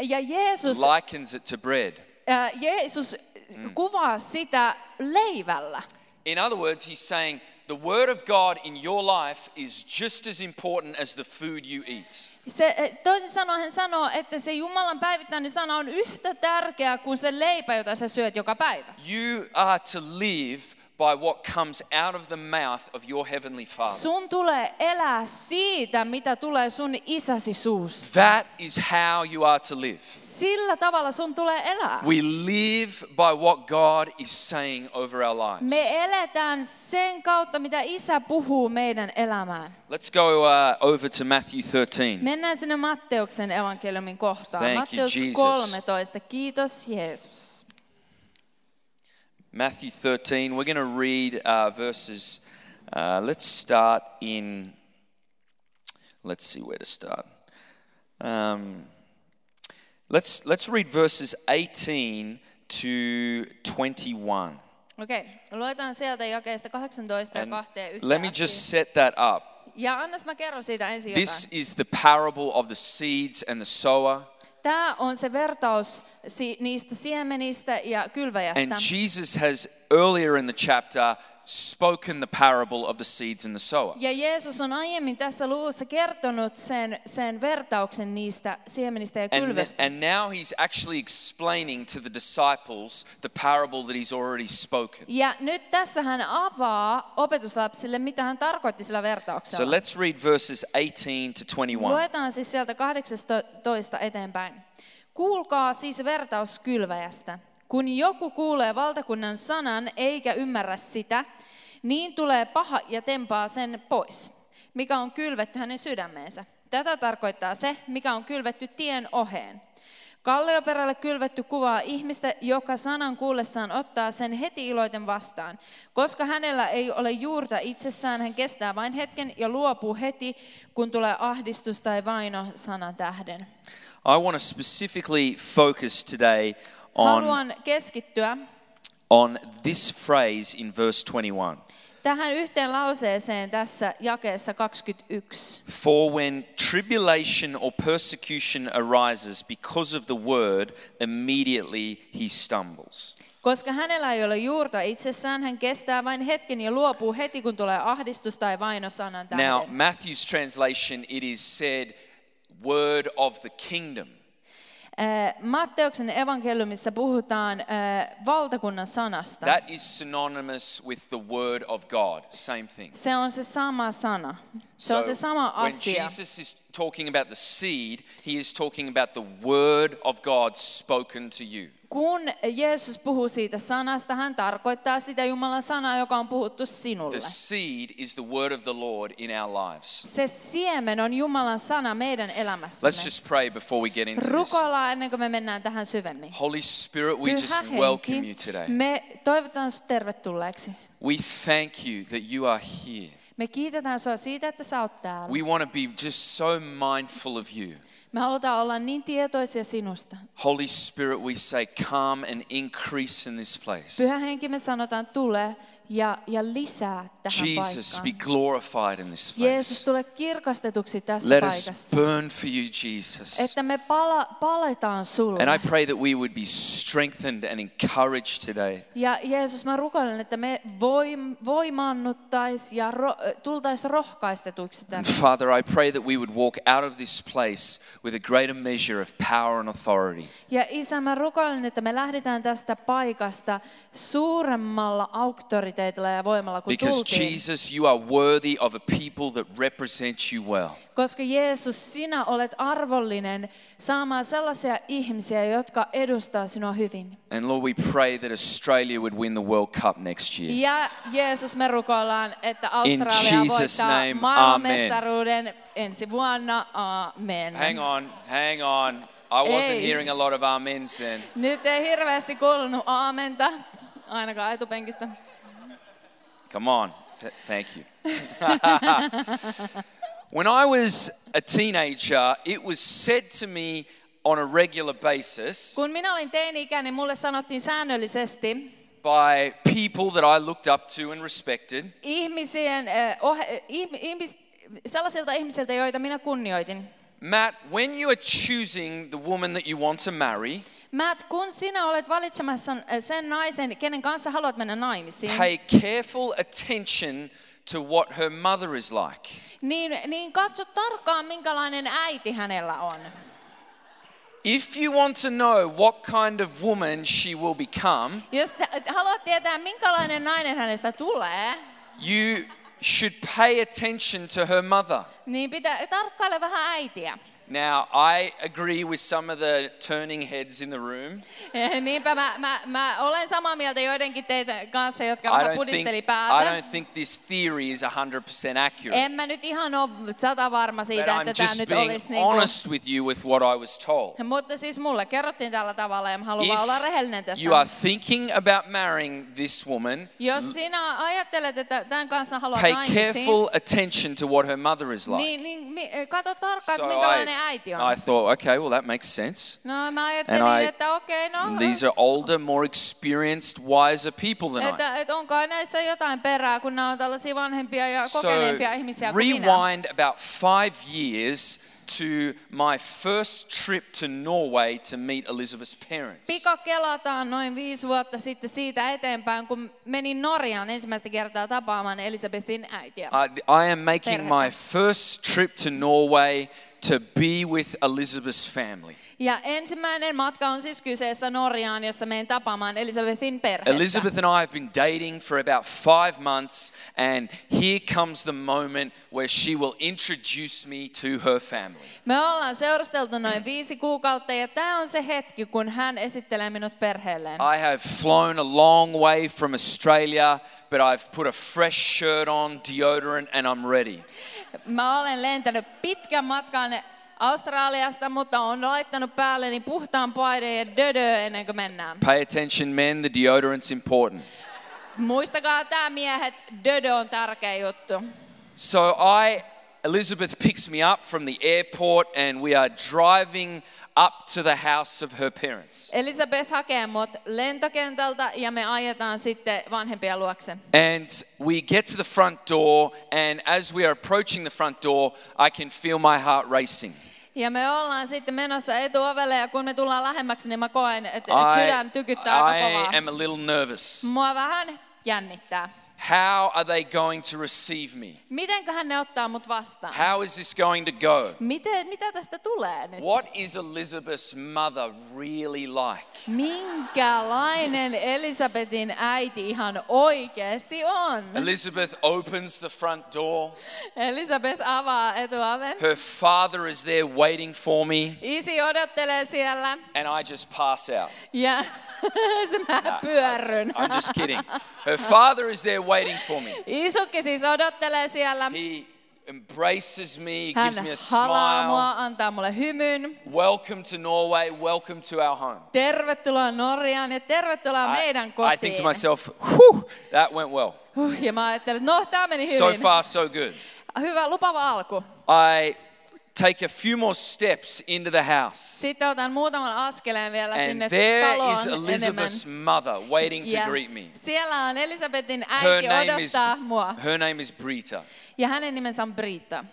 Speaker 2: Ja Jeesus,
Speaker 1: Likens it to bread.
Speaker 2: ää, Jeesus
Speaker 1: Mm.
Speaker 2: kuvaa sitä leivällä.
Speaker 1: In other words, he's saying the word of God in your life is just as important as the food you eat.
Speaker 2: Se, eh, toisin sanoen hän sanoo, että se Jumalan päivittäinen sana on yhtä tärkeä kuin se leipä, jota sä syöt joka päivä.
Speaker 1: You are to live by what comes out of the mouth of your heavenly Father.
Speaker 2: Sun tulee elää siitä, mitä tulee sun isäsi suusta.
Speaker 1: That is how you are to live.
Speaker 2: Sillä tavalla sun tulee elää.
Speaker 1: We live by what God is saying over our lives.
Speaker 2: Me eletään sen kautta, mitä isä puhuu meidän elämään.
Speaker 1: Let's go uh, over to Matthew 13.
Speaker 2: Mennään sinne Matteuksen evankeliumin kohtaan.
Speaker 1: Thank you,
Speaker 2: Matteus
Speaker 1: Jesus.
Speaker 2: 13. Kiitos Jeesus.
Speaker 1: Matthew 13. We're going to read uh, verses. Uh, let's start in. Let's see where to start. Um, let's let's read verses 18 to 21.
Speaker 2: Okei, okay. luetaan sieltä jakeesta 18 ja
Speaker 1: And
Speaker 2: 21.
Speaker 1: let me just set that up.
Speaker 2: Ja annas mä kerron siitä ensin
Speaker 1: This
Speaker 2: jotain.
Speaker 1: is the parable of the seeds and the sower.
Speaker 2: Tämä on se vertaus si- niistä siemenistä ja
Speaker 1: And
Speaker 2: kylväjästä.
Speaker 1: Jesus has earlier in the chapter spoken the parable of the seeds and the sower.
Speaker 2: Ja Jeesus on aiemmin tässä luvussa kertonut sen, sen vertauksen niistä siemenistä ja
Speaker 1: And,
Speaker 2: kylvöstä.
Speaker 1: and now he's actually explaining to the disciples the parable that he's already spoken.
Speaker 2: ja nyt tässä hän avaa opetuslapsille, mitä hän tarkoitti sillä
Speaker 1: So
Speaker 2: vertauksella.
Speaker 1: let's read verses 18 to 21.
Speaker 2: Luetaan siis sieltä 18 eteenpäin. Kuulkaa siis vertaus kylväjästä. Kun joku kuulee valtakunnan sanan eikä ymmärrä sitä, niin tulee paha ja tempaa sen pois, mikä on kylvetty hänen sydämeensä. Tätä tarkoittaa se, mikä on kylvetty tien oheen. Kallioperälle kylvetty kuvaa ihmistä, joka sanan kuullessaan ottaa sen heti iloiten vastaan. Koska hänellä ei ole juurta itsessään, hän kestää vain hetken ja luopuu heti, kun tulee ahdistus tai vaino sanan tähden.
Speaker 1: I want to specifically focus today on,
Speaker 2: Haluan keskittyä
Speaker 1: on this phrase in verse 21.
Speaker 2: tähän yhteen lauseeseen tässä jakeessa 21.
Speaker 1: For when tribulation or persecution arises because of the word, immediately he stumbles.
Speaker 2: Koska hänellä ei ole juurta itsessään, hän kestää vain hetken ja luopuu heti, kun tulee ahdistus tai vaino sanan tähden.
Speaker 1: Now, Matthew's translation, it is said, word of the kingdom.
Speaker 2: Eh, Matteuksen evankeliumissa puhutaan eh, valtakunnan sanasta.
Speaker 1: That is synonymous with the word of God. Same thing.
Speaker 2: se on se sama sana. Se on se sama
Speaker 1: when
Speaker 2: asia.
Speaker 1: Jesus is talking about the seed, he is talking about the word of God spoken to you.
Speaker 2: Kun Jeesus puhuu siitä sanasta, hän tarkoittaa sitä Jumalan sanaa, joka on puhuttu
Speaker 1: The
Speaker 2: sinulle.
Speaker 1: seed is the word of the Lord in our lives.
Speaker 2: Se siemen on Jumalan sana meidän elämässämme.
Speaker 1: Let's just pray before we get into this.
Speaker 2: Rukoillaan ennen kuin me mennään tähän syvemmin.
Speaker 1: Holy Spirit, we
Speaker 2: Pyhä
Speaker 1: just
Speaker 2: Henki,
Speaker 1: welcome you today.
Speaker 2: me toivotan sinut tervetulleeksi.
Speaker 1: We thank you that you are here.
Speaker 2: Me kiitetään sinua siitä, että sä oot täällä.
Speaker 1: We want to be just so mindful of you.
Speaker 2: Me halutaan olla niin tietoisia sinusta.
Speaker 1: Holy Spirit, we say, come and increase in this place.
Speaker 2: Pyhä henki me sanotaan tule ja, ja lisää tähän
Speaker 1: Jesus, be
Speaker 2: paikkaan.
Speaker 1: glorified in this place.
Speaker 2: Jeesus, tule kirkastetuksi tässä
Speaker 1: Let us
Speaker 2: paikassa.
Speaker 1: burn for you, Jesus.
Speaker 2: Että me pala, paletaan sulle.
Speaker 1: And I pray that we would be strengthened and encouraged today.
Speaker 2: Ja Jeesus, mä rukoilen, että me voim, voimaannuttais ja ro, tultais rohkaistetuiksi
Speaker 1: And
Speaker 2: tänne.
Speaker 1: Father, I pray that we would walk out of this place with a greater measure of power and authority.
Speaker 2: Ja isä, mä rukoilen, että me lähdetään tästä paikasta suuremmalla rakenteilla ja voimalla kuin
Speaker 1: Because
Speaker 2: tultiin.
Speaker 1: Jesus, you are worthy of a people that represent you well.
Speaker 2: Koska Jeesus, sinä olet arvollinen saamaan sellaisia ihmisiä, jotka edustaa sinua hyvin.
Speaker 1: And Lord, we pray that Australia would win the World Cup next year.
Speaker 2: Ja Jeesus, me rukoillaan, että
Speaker 1: In
Speaker 2: Australia
Speaker 1: Jesus'
Speaker 2: voittaa
Speaker 1: name,
Speaker 2: maailmanmestaruuden ensi vuonna. Amen.
Speaker 1: Hang on, hang on. I wasn't
Speaker 2: Hey.
Speaker 1: hearing a lot of amens then.
Speaker 2: Nyt ei hirveästi kuulunut aamenta, ainakaan etupenkistä.
Speaker 1: Come on. Th- thank you. when I was a teenager, it was said to me on a regular basis
Speaker 2: Kun minä olin teini-ikäinen, mulle sanottiin säännöllisesti
Speaker 1: by people that I looked up to and respected
Speaker 2: ihmisien, eh, oh, eh, ihm, ihmis, sellaisilta ihmisiltä, joita minä kunnioitin.
Speaker 1: Matt, when you are choosing the woman that you want to marry,
Speaker 2: Matt, kun sinä olet valitsemassa eh, sen naisen, kenen kanssa haluat mennä naimisiin,
Speaker 1: pay careful attention to what her mother is like.
Speaker 2: niin, niin katso tarkkaan, minkälainen äiti hänellä on.
Speaker 1: If you want to know what kind of woman she will become,
Speaker 2: Jos te- haluat tietää, minkälainen nainen hänestä tulee,
Speaker 1: you should pay attention to her mother.
Speaker 2: niin pitää tarkkailla vähän äitiä. <laughs>
Speaker 1: Now, I agree with some of the turning heads in the room.
Speaker 2: Eh, Niinpä mä, mä, mä olen samaa mieltä joidenkin teitä kanssa, jotka
Speaker 1: I
Speaker 2: vähän
Speaker 1: don't, think,
Speaker 2: pudisteli
Speaker 1: I
Speaker 2: päätä.
Speaker 1: don't think this theory is 100% accurate.
Speaker 2: En mä nyt ihan ole sata varma
Speaker 1: But
Speaker 2: siitä,
Speaker 1: I'm
Speaker 2: että tämä
Speaker 1: just
Speaker 2: nyt
Speaker 1: being
Speaker 2: olisi niin
Speaker 1: honest with you with what I was told.
Speaker 2: Mutta siis mulle kerrottiin tällä tavalla ja mä haluan vaan olla rehellinen
Speaker 1: If
Speaker 2: tästä.
Speaker 1: you are thinking about marrying this woman,
Speaker 2: Jos sinä ajattelet, että tämän kanssa haluat
Speaker 1: pay
Speaker 2: naimisiin,
Speaker 1: careful attention to what her mother is like.
Speaker 2: niin, niin mi- kato tarkkaan, että
Speaker 1: So
Speaker 2: minkälainen äiti on.
Speaker 1: I thought, okay, well, that makes sense.
Speaker 2: No mä
Speaker 1: And
Speaker 2: ajattelin,
Speaker 1: I-
Speaker 2: että okei, no,
Speaker 1: These are older, more experienced, wiser people than I.
Speaker 2: että, että onkaan näissä jotain perää, kun nämä on tällaisia vanhempia ja
Speaker 1: So
Speaker 2: kokeneempia ihmisiä kuin minä.
Speaker 1: rewind about five years to my first trip to Norway to meet Elizabeth's parents.
Speaker 2: Pika kelataan noin viisi vuotta sitten siitä eteenpäin, kun menin Norjaan ensimmäistä kertaa tapaamaan Elisabethin äitiä.
Speaker 1: I, I am making my first trip to Norway to be with Elizabeth's family.
Speaker 2: Ja ensimmäinen matka on siis kyseessä Norjaan, jossa menen tapaamaan Elisabethin perhettä.
Speaker 1: Elizabeth and I have been dating for about five months, and here comes the moment where she will introduce me to her family.
Speaker 2: Me ollaan seurusteltu noin viisi kuukautta ja tämä on se hetki, kun hän esittelee minut perheelleen.
Speaker 1: I have flown a long way from Australia, but I've put a fresh shirt on, deodorant, and I'm ready.
Speaker 2: Mä olen lentänyt pitkän matkan Australiasta, mutta on laittanut päälleni puhtaan paidan ja dödö ennen kuin mennään.
Speaker 1: Pay attention, men, the deodorant's important.
Speaker 2: Muistakaa tämä miehet, dödö on tärkeä juttu.
Speaker 1: So I, Elizabeth picks me up from the airport, and we are driving up to the house of her parents.
Speaker 2: Elisabeth hakee mut lentokentältä ja me ajetaan sitten vanhempia luokse.
Speaker 1: And we get to the front door, and as we are approaching the front door, I can feel my heart racing.
Speaker 2: Ja me ollaan sitten menossa etuovelle ja kun me tullaan lähemmäksi, niin mä koen, että että
Speaker 1: I,
Speaker 2: sydän tykyttää aika
Speaker 1: I
Speaker 2: kovaa.
Speaker 1: am a little nervous.
Speaker 2: Mua vähän jännittää.
Speaker 1: How are they going to receive me?
Speaker 2: Mitenköhän ne ottaa mut vastaan?
Speaker 1: How is this going to go?
Speaker 2: Miten, mitä tästä tulee nyt?
Speaker 1: What is Elizabeth's mother really like?
Speaker 2: Minkälainen Elisabetin äiti ihan oikeasti on?
Speaker 1: Elizabeth opens the front door.
Speaker 2: Elisabeth avaa etuoven.
Speaker 1: Her father is there waiting for me,
Speaker 2: Isi odottelee siellä
Speaker 1: and I just pass out.
Speaker 2: ja <laughs> se mä pyörryn.
Speaker 1: I'm just kidding. Her father is there waiting for me.
Speaker 2: Isukki siis odottelee siellä.
Speaker 1: He embraces me,
Speaker 2: Hän
Speaker 1: gives me a
Speaker 2: halaa
Speaker 1: smile.
Speaker 2: mua, antaa mulle hymyn.
Speaker 1: Welcome to Norway. Welcome to our home.
Speaker 2: Tervetuloa Norjaan ja tervetuloa
Speaker 1: I,
Speaker 2: meidän
Speaker 1: I think to
Speaker 2: kotiin.
Speaker 1: myself, whew, that went well.
Speaker 2: Huh, ja mä ajattelin, että no tää meni hyvin.
Speaker 1: So far, so good.
Speaker 2: Hyvä, lupava alku.
Speaker 1: I take a few more steps into the house.
Speaker 2: Sitten otan muutaman askeleen vielä
Speaker 1: And
Speaker 2: sinne
Speaker 1: there
Speaker 2: taloon
Speaker 1: is Elizabeth's
Speaker 2: enemmän.
Speaker 1: mother waiting to
Speaker 2: Ja
Speaker 1: greet me.
Speaker 2: Siellä on Elisabetin
Speaker 1: Her
Speaker 2: äiti
Speaker 1: name is
Speaker 2: odottaa mua.
Speaker 1: her name is Brita.
Speaker 2: Ja hänen nimensä on Brita.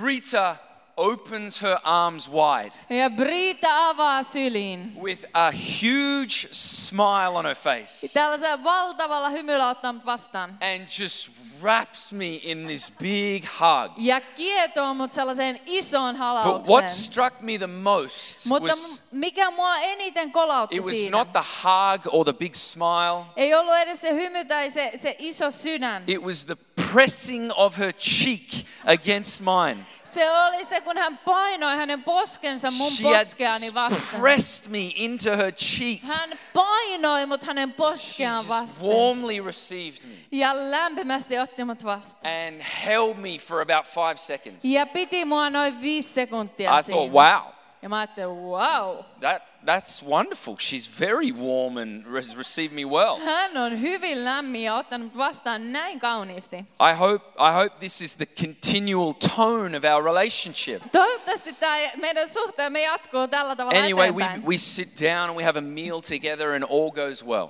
Speaker 1: Brita opens her arms wide
Speaker 2: Ja Brita avaa syliin
Speaker 1: with a huge smile on her face
Speaker 2: Tällaisella valtavalla hymyllä ottaa mut vastaan.
Speaker 1: and just wraps me in this big hug.
Speaker 2: Ja kietoo mut sellaiseen isoon
Speaker 1: But what
Speaker 2: halaukseen.
Speaker 1: struck me the most
Speaker 2: Mutta
Speaker 1: was
Speaker 2: mu- mikä mua eniten kolautti
Speaker 1: it was
Speaker 2: siinä,
Speaker 1: not the hug or the big smile,
Speaker 2: ei ollut edes se hymy tai se, se iso sydän.
Speaker 1: it was the pressing of her cheek against mine.
Speaker 2: Se oli se, kun hän painoi hänen poskensa mun
Speaker 1: She had
Speaker 2: poskeani vastaan.
Speaker 1: pressed me into her cheek.
Speaker 2: Hän painoi mut hänen
Speaker 1: She
Speaker 2: poskeaan
Speaker 1: just
Speaker 2: vastaan.
Speaker 1: warmly received me
Speaker 2: Ja lämpimästi otti mut vastaan.
Speaker 1: and held me for about five seconds.
Speaker 2: Ja piti mua noin viisi sekuntia
Speaker 1: I
Speaker 2: siinä.
Speaker 1: thought, wow,
Speaker 2: Ja mä ajattelin, wow,
Speaker 1: that, that's wonderful. She's very warm and has received me well.
Speaker 2: hän on hyvin lämmin ja ottanut mut vastaan näin kauniisti.
Speaker 1: I hope, I hope this is the continual tone of our relationship.
Speaker 2: Toivottavasti tämä meidän suhteemme jatkuu tällä tavalla
Speaker 1: Anyway, we,
Speaker 2: eteenpäin.
Speaker 1: we sit down and we have a meal together and all goes well.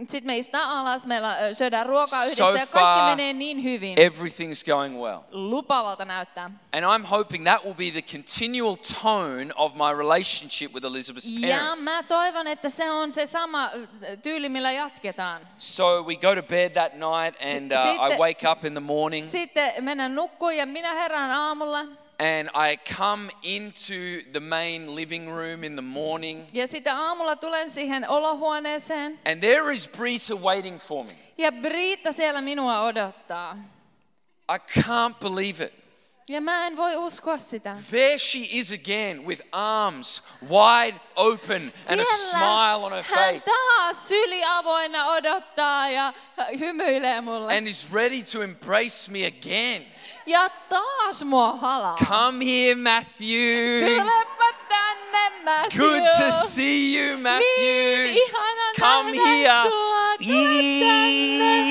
Speaker 2: Sitten me istutaan alas, meillä ö, syödään
Speaker 1: So
Speaker 2: ruokaa yhdessä ja kaikki
Speaker 1: far,
Speaker 2: menee niin hyvin.
Speaker 1: Everything's going well.
Speaker 2: Lupavalta näyttää.
Speaker 1: And I'm hoping that will be the continual tone of my relationship with Elizabeth's
Speaker 2: Ja
Speaker 1: parents.
Speaker 2: mä toivon, että se on se sama ö, tyyli, millä jatketaan.
Speaker 1: So we go to bed that night and uh, I
Speaker 2: Sitten-
Speaker 1: wake up in the morning
Speaker 2: Sitten mennään nukkuun ja minä herään aamulla.
Speaker 1: and I come into the main living room in the morning
Speaker 2: Ja sitten aamulla tulen siihen olohuoneeseen.
Speaker 1: and there is Brita waiting for me.
Speaker 2: Ja Britta siellä minua odottaa.
Speaker 1: I can't believe it.
Speaker 2: Ja mä en voi uskoa sitä.
Speaker 1: There she is again with arms wide open and a smile on her
Speaker 2: hän
Speaker 1: face
Speaker 2: taas syli avoinna odottaa ja hymyilee mulle.
Speaker 1: and is ready to embrace me again.
Speaker 2: ja taas mua halaa.
Speaker 1: Come here, Matthew.
Speaker 2: Tulepä tänne, Matthew.
Speaker 1: Good to see you,
Speaker 2: Niin,
Speaker 1: Matthew.
Speaker 2: ihana
Speaker 1: Come
Speaker 2: nähdä
Speaker 1: here.
Speaker 2: sua. Tule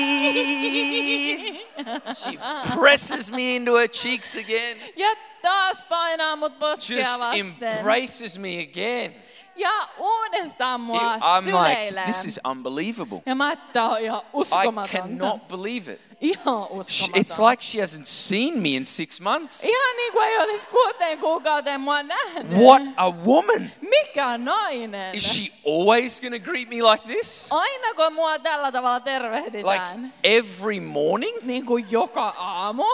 Speaker 2: tänne. <laughs>
Speaker 1: Eee. She presses me into her cheeks again.
Speaker 2: Ja taas painaa mut poskea
Speaker 1: Just
Speaker 2: vasten.
Speaker 1: embraces me again.
Speaker 2: Ja uudestaan mua
Speaker 1: I'm like,
Speaker 2: syleilee.
Speaker 1: this is unbelievable.
Speaker 2: Ja mä, että tää on ihan
Speaker 1: I
Speaker 2: uskomatonta.
Speaker 1: cannot believe it.
Speaker 2: Ihan
Speaker 1: She-
Speaker 2: uskomatonta.
Speaker 1: It's like she hasn't seen me in six months.
Speaker 2: Ihan niin kuin ei olisi kuuteen kuukauteen mua nähnyt.
Speaker 1: What a woman!
Speaker 2: Mikä nainen?
Speaker 1: Is she always going to greet me like this?
Speaker 2: Aina kun mua tällä tavalla
Speaker 1: Like
Speaker 2: tervehditään,
Speaker 1: every morning?
Speaker 2: niin kuin joka aamu.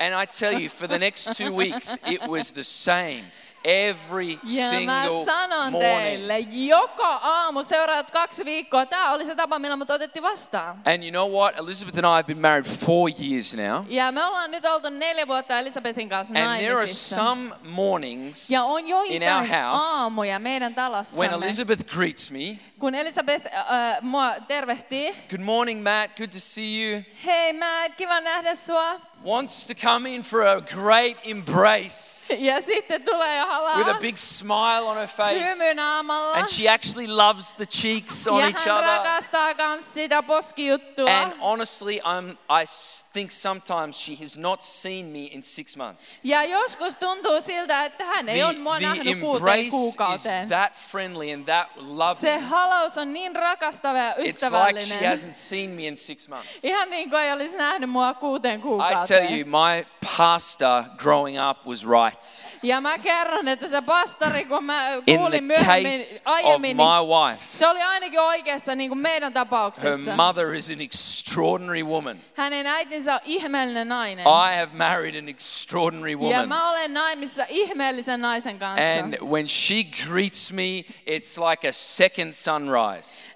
Speaker 1: And I tell you, for the next two weeks, it was the same every
Speaker 2: Ja mä
Speaker 1: single
Speaker 2: sanon
Speaker 1: morning.
Speaker 2: teille, joka aamu seuraavat kaksi viikkoa, tämä oli se tapa, millä mut otettiin vastaan.
Speaker 1: And you know what? Elizabeth and I have been married four years now.
Speaker 2: Ja me ollaan nyt oltu neljä vuotta Elisabetin kanssa
Speaker 1: And there are
Speaker 2: naimisissa.
Speaker 1: some mornings
Speaker 2: Ja on
Speaker 1: in our
Speaker 2: joitain
Speaker 1: house
Speaker 2: aamuja
Speaker 1: when
Speaker 2: meidän talossamme,
Speaker 1: Elizabeth greets me.
Speaker 2: kun Elisabeth äh, mua tervehtii.
Speaker 1: Good morning, Matt. Good to see you.
Speaker 2: Hei Matt, kiva nähdä sua.
Speaker 1: Wants to come in for a great embrace
Speaker 2: Ja sitten tulee ja halaa
Speaker 1: with a big smile on her face.
Speaker 2: hymy naamalla.
Speaker 1: And she actually loves the cheeks on
Speaker 2: ja
Speaker 1: each
Speaker 2: hän
Speaker 1: other.
Speaker 2: rakastaa kans sitä poskijuttua.
Speaker 1: And honestly, I'm, I s- think sometimes she has not seen me in six months.
Speaker 2: ja joskus tuntuu siltä, että hän ei ole mua nähnyt kuuteen
Speaker 1: embrace is
Speaker 2: kuukauteen.
Speaker 1: that friendly and that
Speaker 2: Se
Speaker 1: loving.
Speaker 2: halaus on niin rakastava ja
Speaker 1: It's like
Speaker 2: ystävällinen.
Speaker 1: she hasn't seen me in six months.
Speaker 2: Ihan niin kuin ei olisi nähnyt mua kuuteen
Speaker 1: I
Speaker 2: kuukauteen.
Speaker 1: tell you, my pastor growing up was right.
Speaker 2: Ja mä kerron, että se pastori, kun mä
Speaker 1: In the
Speaker 2: kuulin myöhemmin
Speaker 1: case of
Speaker 2: aiemmin, niin
Speaker 1: my wife,
Speaker 2: se oli ainakin oikeassa niin kuin meidän
Speaker 1: her
Speaker 2: tapauksessa.
Speaker 1: mother is an extraordinary woman.
Speaker 2: Hänen äitinsä on ihmeellinen nainen.
Speaker 1: I have married an extraordinary
Speaker 2: ja
Speaker 1: woman.
Speaker 2: mä olen naimissa ihmeellisen naisen kanssa.
Speaker 1: And when she greets me, it's like a second sunrise.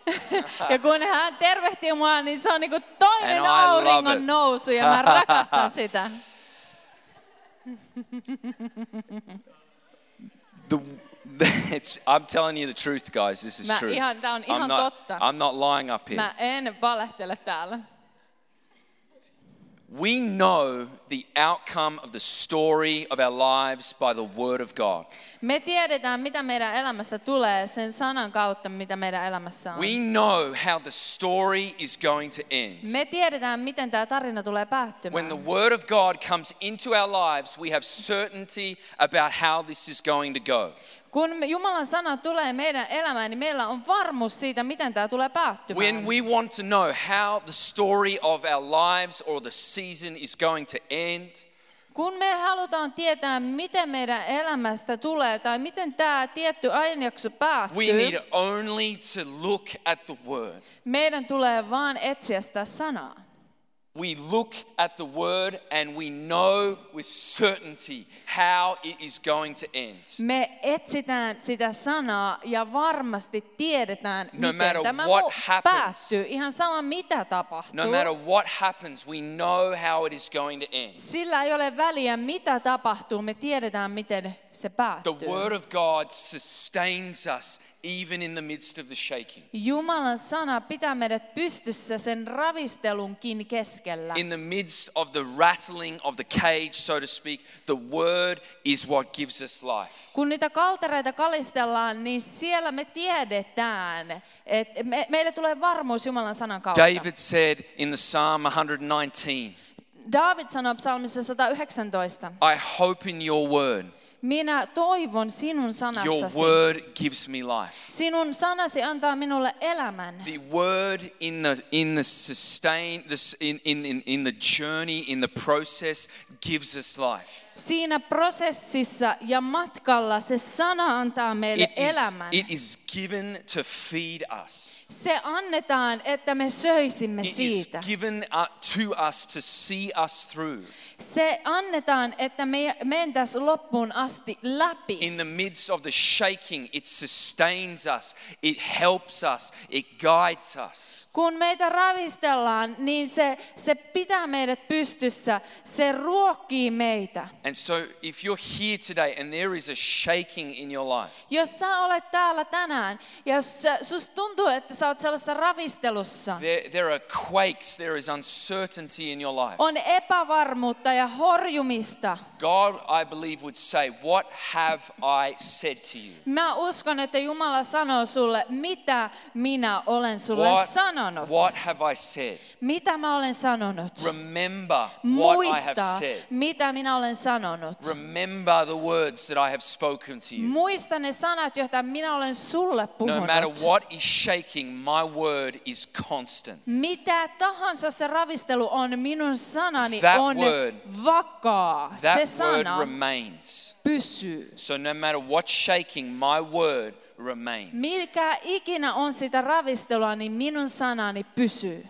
Speaker 2: <laughs> Ja kun hän tervehtii mua, niin se on niinku toinen
Speaker 1: And I love it.
Speaker 2: auringon nousu ja mä
Speaker 1: <laughs>
Speaker 2: rakastan sitä.
Speaker 1: The, <laughs> it's, I'm telling you the truth, guys. This is
Speaker 2: Mä
Speaker 1: true.
Speaker 2: ihan- tää on
Speaker 1: I'm,
Speaker 2: ihan
Speaker 1: not,
Speaker 2: totta.
Speaker 1: I'm not lying up here.
Speaker 2: Mä en valehtele täällä.
Speaker 1: We know the outcome of the story of our lives by the Word of God.
Speaker 2: Me tiedetään, mitä meidän elämästä tulee sen sanan kautta, mitä meidän elämässä on.
Speaker 1: We know how the story is going to end.
Speaker 2: Me tiedetään, miten tämä tarina tulee
Speaker 1: When
Speaker 2: päättymään.
Speaker 1: the Word of God comes into our lives, we have certainty about how this is going to go.
Speaker 2: Kun me- Jumalan sana tulee meidän elämään, niin meillä on varmuus siitä, miten tämä tulee päättymään.
Speaker 1: When we want to know how the story of our lives or the season is going to end,
Speaker 2: Kun me halutaan tietää, miten meidän elämästä tulee tai miten tämä tietty ajanjakso
Speaker 1: we need
Speaker 2: päättyy,
Speaker 1: only to look at the Word.
Speaker 2: meidän tulee vaan etsiä sitä sanaa.
Speaker 1: We look at the Word and we know with certainty how it is going to end.
Speaker 2: Me etsitään sitä sanaa ja varmasti tiedetään,
Speaker 1: No matter
Speaker 2: miten tämä
Speaker 1: what
Speaker 2: mu-
Speaker 1: happens.
Speaker 2: päättyy. Ihan sama, mitä tapahtuu.
Speaker 1: No matter what happens, we know how it is going to end.
Speaker 2: Sillä ei ole väliä, mitä tapahtuu. Me tiedetään, miten se
Speaker 1: The
Speaker 2: päättyy.
Speaker 1: Word of God sustains us even in the midst of the shaking,
Speaker 2: Jumalan sana pitää meidät pystyssä sen ravistelunkin keskellä.
Speaker 1: in the midst of the rattling of the cage, so to speak. The Word is what gives us life.
Speaker 2: Kun niitä kaltereita kalistellaan, niin siellä me tiedetään, että me, meille tulee varmuus Jumalan sanan kautta.
Speaker 1: David said in the Psalm 119,
Speaker 2: David sanoo psalmissa 119,
Speaker 1: I hope in your Word.
Speaker 2: minä toivon sinun
Speaker 1: Your
Speaker 2: sanassasi.
Speaker 1: Word gives me life.
Speaker 2: Sinun sanasi antaa minulle elämän.
Speaker 1: The word in the in the sustain this in, in, in, in the journey in the process gives us life.
Speaker 2: Siinä prosessissa ja matkalla se sana antaa meille
Speaker 1: It is,
Speaker 2: elämän.
Speaker 1: it is given to feed us.
Speaker 2: Se annetaan, että me söisimme
Speaker 1: It is
Speaker 2: siitä.
Speaker 1: given uh, to us to see us through
Speaker 2: Se annetaan, että me mentäs loppuun asti läpi.
Speaker 1: in the midst of the shaking. It sustains us. It helps us. It guides us.
Speaker 2: Kun meitä ravistellaan, niin se, se pitää meidät pystyssä, se ruokkii meitä.
Speaker 1: And so, if you're here today and there is a shaking in your life,
Speaker 2: Jos sä olet täällä tänään, ja jos sä- susta tuntuu, että sä oot sellaisessa ravistelussa,
Speaker 1: there there are quakes. There is uncertainty in your life.
Speaker 2: on epävarmuutta ja horjumista,
Speaker 1: God, I believe, would say, What have I said to you?
Speaker 2: Mä uskon, että Jumala sanoo sulle, mitä minä olen sulle
Speaker 1: What,
Speaker 2: sanonut.
Speaker 1: what have I said?
Speaker 2: Mitä mä olen sanonut?
Speaker 1: Remember what I have
Speaker 2: Muista,
Speaker 1: said.
Speaker 2: mitä minä olen sanonut.
Speaker 1: Remember the words that I have spoken to you.
Speaker 2: Muista ne sanat, joita minä olen sulle
Speaker 1: No
Speaker 2: puhunut.
Speaker 1: matter what is shaking, my word is constant.
Speaker 2: Mitä tahansa se ravistelu on, minun sanani
Speaker 1: That
Speaker 2: on
Speaker 1: word-
Speaker 2: vakaa. Se
Speaker 1: That word
Speaker 2: sana
Speaker 1: remains.
Speaker 2: pysyy.
Speaker 1: So no matter what's shaking, my word remains.
Speaker 2: Mikä ikinä on sitä ravistelua, niin minun sanani pysyy.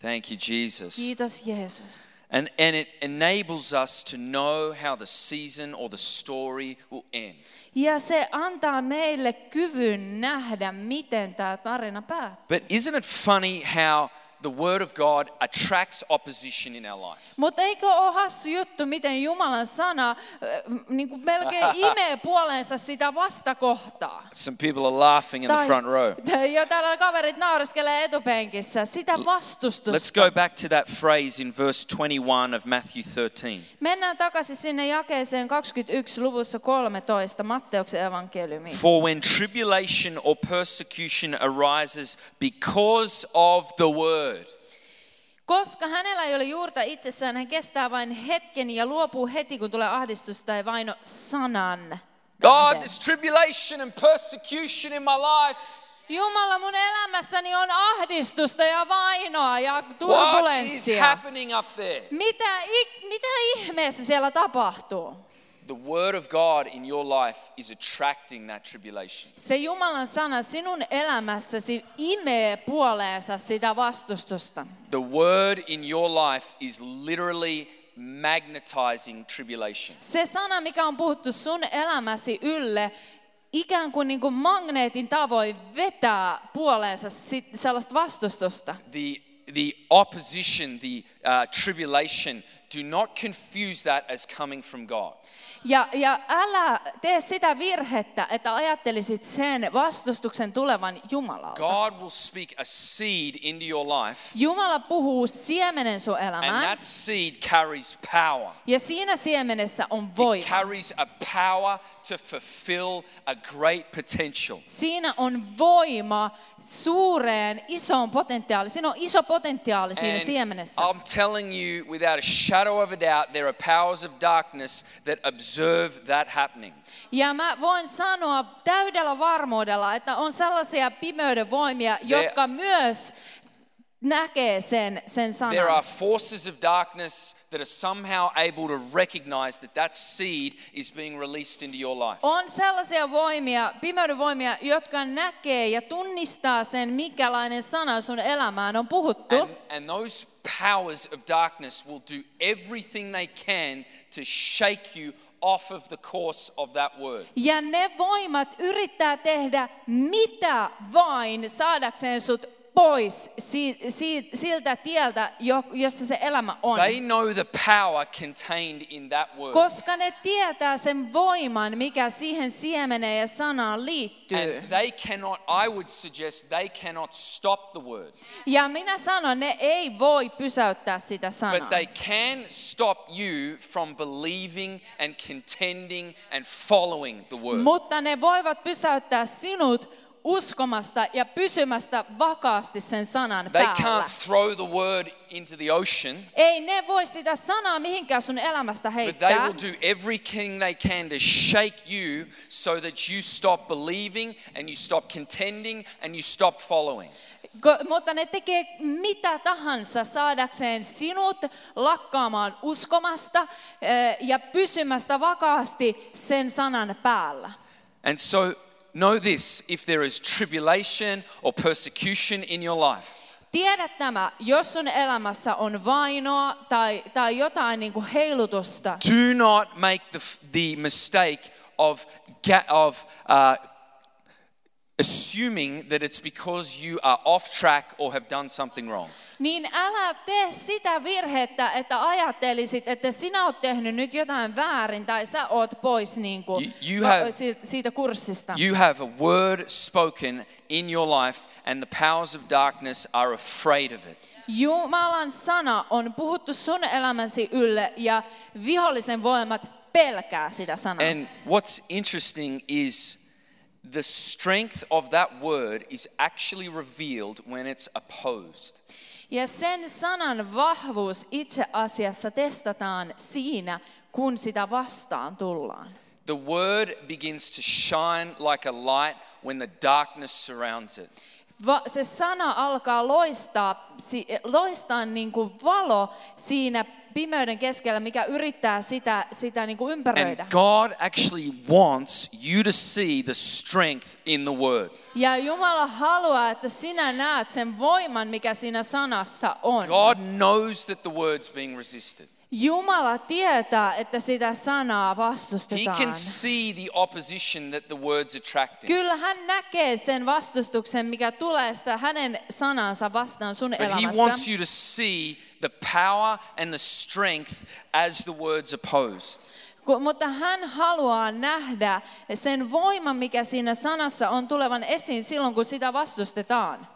Speaker 1: Thank you, Jesus.
Speaker 2: Kiitos Jeesus.
Speaker 1: And, and it enables us to know how the season or the story will end.
Speaker 2: Ja se antaa meille kyvyn nähdä, miten tämä tarina päättyy.
Speaker 1: But isn't it funny how the Word of God attracts opposition in our life?
Speaker 2: Mutta eikö ole hassu juttu, miten Jumalan sana äh, niin
Speaker 1: <laughs>
Speaker 2: kuin melkein imee puoleensa sitä vastakohtaa?
Speaker 1: Some people are laughing in the front
Speaker 2: <laughs>
Speaker 1: row.
Speaker 2: Tai- ja täällä kaverit naureskelee etupenkissä, sitä vastustusta.
Speaker 1: Let's go back to that phrase in verse 21 of Matthew 13.
Speaker 2: Mennään takaisin sinne jakeeseen 21 luvussa 13 Matteuksen evankeliumiin.
Speaker 1: For when tribulation or persecution arises because of the Word,
Speaker 2: Koska hänellä ei ole juurta itsessään, hän kestää vain hetken ja luopuu heti, kun tulee ahdistus tai vaino sanan.
Speaker 1: God,
Speaker 2: tähden.
Speaker 1: there's tribulation and persecution in my life.
Speaker 2: Jumala, mun elämässäni on ahdistusta ja vainoa ja
Speaker 1: What is
Speaker 2: turbulenssia.
Speaker 1: happening up there?
Speaker 2: Mitä, ik- mitä ihmeessä siellä tapahtuu?
Speaker 1: The Word of God in your life is attracting that tribulation.
Speaker 2: Se Jumalan sana sinun elämässäsi imee puoleensa sitä vastustusta.
Speaker 1: The word in your life is literally magnetizing tribulation.
Speaker 2: Se sana, mikä on puhuttu sun elämäsi ylle, ikään kuin, niin kuin magneetin tavoin vetää puoleensa sit, sellaista vastustusta.
Speaker 1: The, the opposition, the uh, tribulation, do not confuse that as coming from God.
Speaker 2: Ja, ja älä tee sitä virhettä, että ajattelisit sen vastustuksen tulevan Jumalalta.
Speaker 1: God will speak a seed into your life,
Speaker 2: Jumala puhuu siemenen sun
Speaker 1: and
Speaker 2: elämään.
Speaker 1: that seed carries power.
Speaker 2: Ja siinä siemenessä on
Speaker 1: It
Speaker 2: voima.
Speaker 1: carries a power to fulfill a great potential.
Speaker 2: Siinä on voima suureen, isoon potentiaaliin. Siinä on iso potentiaali siinä
Speaker 1: And
Speaker 2: siemenessä.
Speaker 1: I'm telling you, without a shadow of a doubt, there are powers of darkness that observe that happening.
Speaker 2: Ja mä voin sanoa täydellä varmuudella, että on sellaisia pimeyden voimia, jotka myös näkee sen, sen
Speaker 1: There are
Speaker 2: sanan.
Speaker 1: forces of darkness that are somehow able to recognize that that seed is being released into your life.
Speaker 2: On sellaisia voimia, pimeyden voimia, jotka näkee ja tunnistaa sen, mikälainen sana sun elämään on puhuttu.
Speaker 1: And, and those powers of darkness will do everything they can to shake you off of the course of that word.
Speaker 2: Ja ne voimat yrittää tehdä mitä vain saadakseen sut pois si- si- siltä tieltä, jo- jossa se elämä on.
Speaker 1: They know the power contained in that word.
Speaker 2: Koska ne tietää sen voiman, mikä siihen siemeneen ja sanaan liittyy.
Speaker 1: And they cannot, I would suggest, they cannot stop the word.
Speaker 2: Ja minä sanon, ne ei voi pysäyttää sitä sanaa.
Speaker 1: But they can stop you from believing and contending and following the word.
Speaker 2: Mutta ne voivat pysäyttää sinut uskomasta ja pysymästä vakaasti sen sanan
Speaker 1: They
Speaker 2: päällä.
Speaker 1: can't throw the word into the ocean,
Speaker 2: Ei ne voi sitä sanaa mihinkään sun elämästä
Speaker 1: but they
Speaker 2: heittää.
Speaker 1: will do everything they can to shake you so that you stop believing and you stop contending and you stop following.
Speaker 2: Ko, mutta ne tekee mitä tahansa saadakseen sinut lakkaamaan uskomasta eh, ja pysymästä vakaasti sen sanan päällä.
Speaker 1: And so, know this if there is tribulation or persecution in your life,
Speaker 2: Tiedä tämä, jos sun elämässä on vainoa tai, tai jotain niin kuin heilutusta,
Speaker 1: do not make the, f- the mistake of, ga- of uh, assuming that it's because you are off track or have done something wrong.
Speaker 2: niin älä tee sitä virhettä, että ajattelisit, että sinä oot tehnyt nyt jotain väärin tai sä oot pois niin kuin,
Speaker 1: You- you have-
Speaker 2: si- siitä kurssista.
Speaker 1: You have a word spoken in your life, and the powers of darkness are afraid of it.
Speaker 2: Jumalan sana on puhuttu sun elämäsi ylle ja vihollisen voimat pelkää sitä sanaa.
Speaker 1: And what's interesting is the strength of that word is actually revealed when it's opposed.
Speaker 2: Ja sen sanan vahvuus itse asiassa testataan siinä, kun sitä vastaan tullaan.
Speaker 1: The word begins to shine like a light when the darkness surrounds it.
Speaker 2: Va- se sana alkaa loistaa, si- loistaa niin kuin valo siinä pimeyden keskellä, mikä yrittää sitä, sitä niin kuin ympäröidä.
Speaker 1: And God actually wants you to see the strength in the word.
Speaker 2: Ja Jumala haluaa, että sinä näet sen voiman, mikä siinä sanassa on.
Speaker 1: God knows that the word's being resisted.
Speaker 2: Jumala tietää, että sitä sanaa
Speaker 1: He can
Speaker 2: vastustetaan.
Speaker 1: see the opposition that the word's attracting.
Speaker 2: Kyllä hän näkee sen vastustuksen, mikä tulee sitä hänen sanansa vastaan sun
Speaker 1: But he wants
Speaker 2: elämässä.
Speaker 1: you to see the power and the strength as the word's opposed.
Speaker 2: Ku- Mutta hän haluaa nähdä sen voiman, mikä siinä sanassa on tulevan esiin silloin, kun sitä vastustetaan.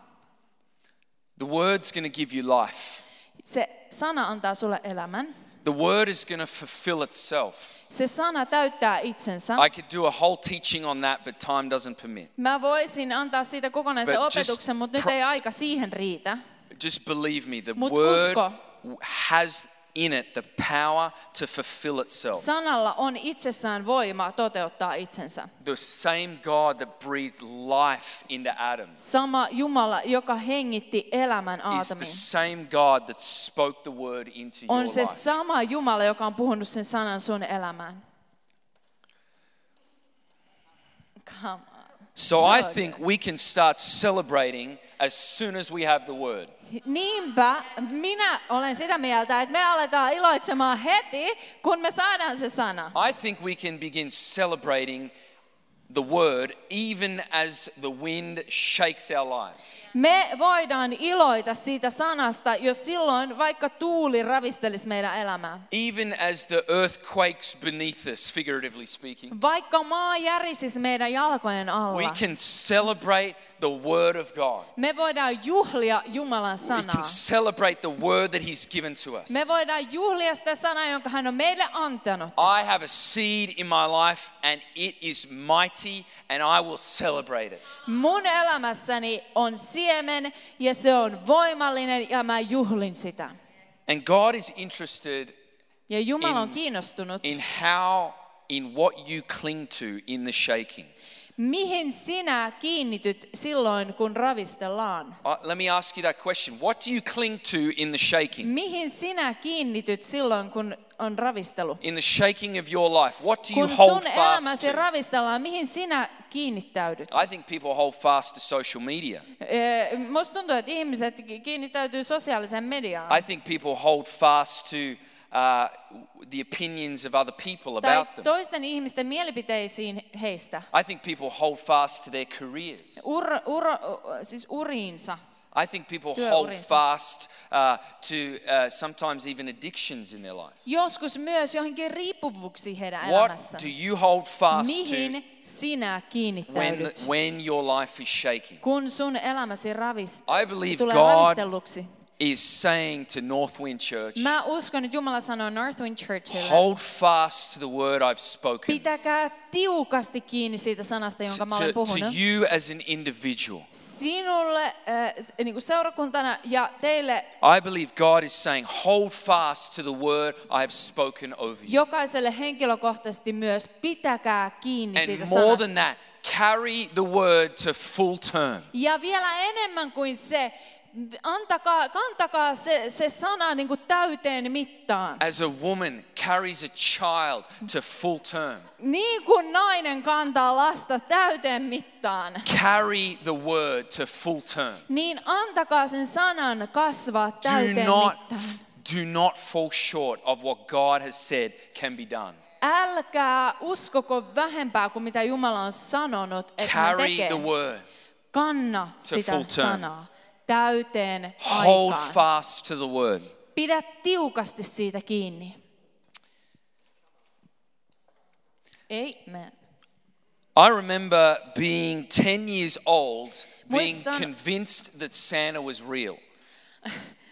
Speaker 1: The word's going to give you life.
Speaker 2: Se sana antaa sulle elämän.
Speaker 1: The word is going to fulfill itself.
Speaker 2: Se sana täyttää itsensä.
Speaker 1: I could do a whole teaching on that, but time doesn't permit.
Speaker 2: Mä voisin antaa siitä kokonaisen
Speaker 1: But just
Speaker 2: opetuksen, mutta nyt
Speaker 1: pro-
Speaker 2: ei aika siihen riitä.
Speaker 1: Just believe me, the
Speaker 2: Mut
Speaker 1: word
Speaker 2: usko.
Speaker 1: has in it the power to fulfill itself.
Speaker 2: Sanalla on itsessään voima toteuttaa itsensä.
Speaker 1: The same God that breathed life into Adam
Speaker 2: Sama Jumala, joka hengitti elämän
Speaker 1: is the
Speaker 2: Aatamiin,
Speaker 1: same God that spoke the word into your
Speaker 2: on se
Speaker 1: life.
Speaker 2: sama Jumala, joka on puhunut sen sanan sun elämään. Come on.
Speaker 1: So I
Speaker 2: So
Speaker 1: think we can start celebrating as soon as we have the word.
Speaker 2: Niinpä minä olen sitä mieltä, että me aletaan iloitsemaan heti, kun me saadaan se sana.
Speaker 1: I think we can begin celebrating the word even as the wind shakes our lives.
Speaker 2: Me voidaan iloita siitä sanasta, jos silloin vaikka tuuli ravistelisi meidän elämää.
Speaker 1: Even as the earth quakes beneath us, figuratively speaking.
Speaker 2: Vaikka maa järisisi meidän jalkojen
Speaker 1: We
Speaker 2: alla,
Speaker 1: can celebrate the word of God.
Speaker 2: me voidaan juhlia Jumalan
Speaker 1: We
Speaker 2: sanaa.
Speaker 1: can celebrate the word that he's given to us.
Speaker 2: Me voidaan juhlia sitä sanaa, jonka hän on meille antanut.
Speaker 1: I have a seed in my life and it is mighty and I will celebrate it.
Speaker 2: Mun elämässäni on siemen ja se on voimallinen ja mä juhlin sitä.
Speaker 1: And God is interested
Speaker 2: Ja Jumala on
Speaker 1: In-
Speaker 2: kiinnostunut
Speaker 1: in how in what you cling to in the shaking.
Speaker 2: Mihin sinä kiinnityt silloin, kun ravistellaan?
Speaker 1: Uh, let me ask you that question. What do you cling to in the shaking?
Speaker 2: Mihin sinä kiinnityt silloin, kun on ravistelu?
Speaker 1: In the shaking of your life, what do you
Speaker 2: Kun
Speaker 1: hold
Speaker 2: sun
Speaker 1: fast
Speaker 2: elämäsi
Speaker 1: to?
Speaker 2: ravistellaan, mihin sinä kiinnittäydyt?
Speaker 1: I think people hold fast to social media.
Speaker 2: Ee, Musta tuntuu, että ihmiset ki- kiinnittäytyy sosiaaliseen mediaan.
Speaker 1: I think people hold fast to uh, the opinions of other people
Speaker 2: tai
Speaker 1: about them.
Speaker 2: toisten ihmisten mielipiteisiin heistä.
Speaker 1: I think people hold fast to their careers.
Speaker 2: Ur, ur, siis uriinsa.
Speaker 1: I think people
Speaker 2: Työurinsa.
Speaker 1: hold fast uh, to uh, sometimes even addictions in their life.
Speaker 2: Joskus myös johonkin riippuvuuksiin heidän
Speaker 1: What
Speaker 2: elämässä.
Speaker 1: do you hold fast to
Speaker 2: Mihin sinä
Speaker 1: when,
Speaker 2: kiinnittäydyt,
Speaker 1: when your life is shaking?
Speaker 2: kun sun elämäsi ravis,
Speaker 1: I believe
Speaker 2: tulee
Speaker 1: God
Speaker 2: ravistelluksi?
Speaker 1: is saying to Northwind Church,
Speaker 2: Mä uskon, että Jumala sanoo Northwind Churchille,
Speaker 1: hold fast to the word I've spoken to,
Speaker 2: pitäkää tiukasti kiinni siitä sanasta, jonka mä olen
Speaker 1: to, to
Speaker 2: puhunut.
Speaker 1: you as an individual.
Speaker 2: Sinulle, äh, niin kuin seurakuntana ja teille
Speaker 1: I believe God is saying, hold fast to the word I have spoken over you.
Speaker 2: jokaiselle henkilökohtaisesti myös, pitäkää kiinni siitä
Speaker 1: And more
Speaker 2: sanasta.
Speaker 1: than that, carry the word to full term.
Speaker 2: Ja vielä enemmän kuin se, antakaa, kantakaa se, se sana niin kuin täyteen mittaan.
Speaker 1: As a woman carries a child to full term,
Speaker 2: Niin kuin nainen kantaa lasta täyteen mittaan,
Speaker 1: carry the word to full term.
Speaker 2: niin antakaa sen sanan kasvaa
Speaker 1: Do
Speaker 2: täyteen
Speaker 1: not,
Speaker 2: mittaan.
Speaker 1: do not fall short of what God has said can be done.
Speaker 2: Älkää uskoko vähempää kuin mitä Jumala on sanonut, että hän
Speaker 1: Carry
Speaker 2: tekee.
Speaker 1: the word.
Speaker 2: Kanna
Speaker 1: to
Speaker 2: sitä
Speaker 1: full term.
Speaker 2: sanaa täyteen
Speaker 1: Hold
Speaker 2: aikaan.
Speaker 1: fast to the word.
Speaker 2: Pidä tiukasti siitä kiinni. Amen.
Speaker 1: I remember being 10 years old, being
Speaker 2: Muistan-
Speaker 1: convinced that Santa was real.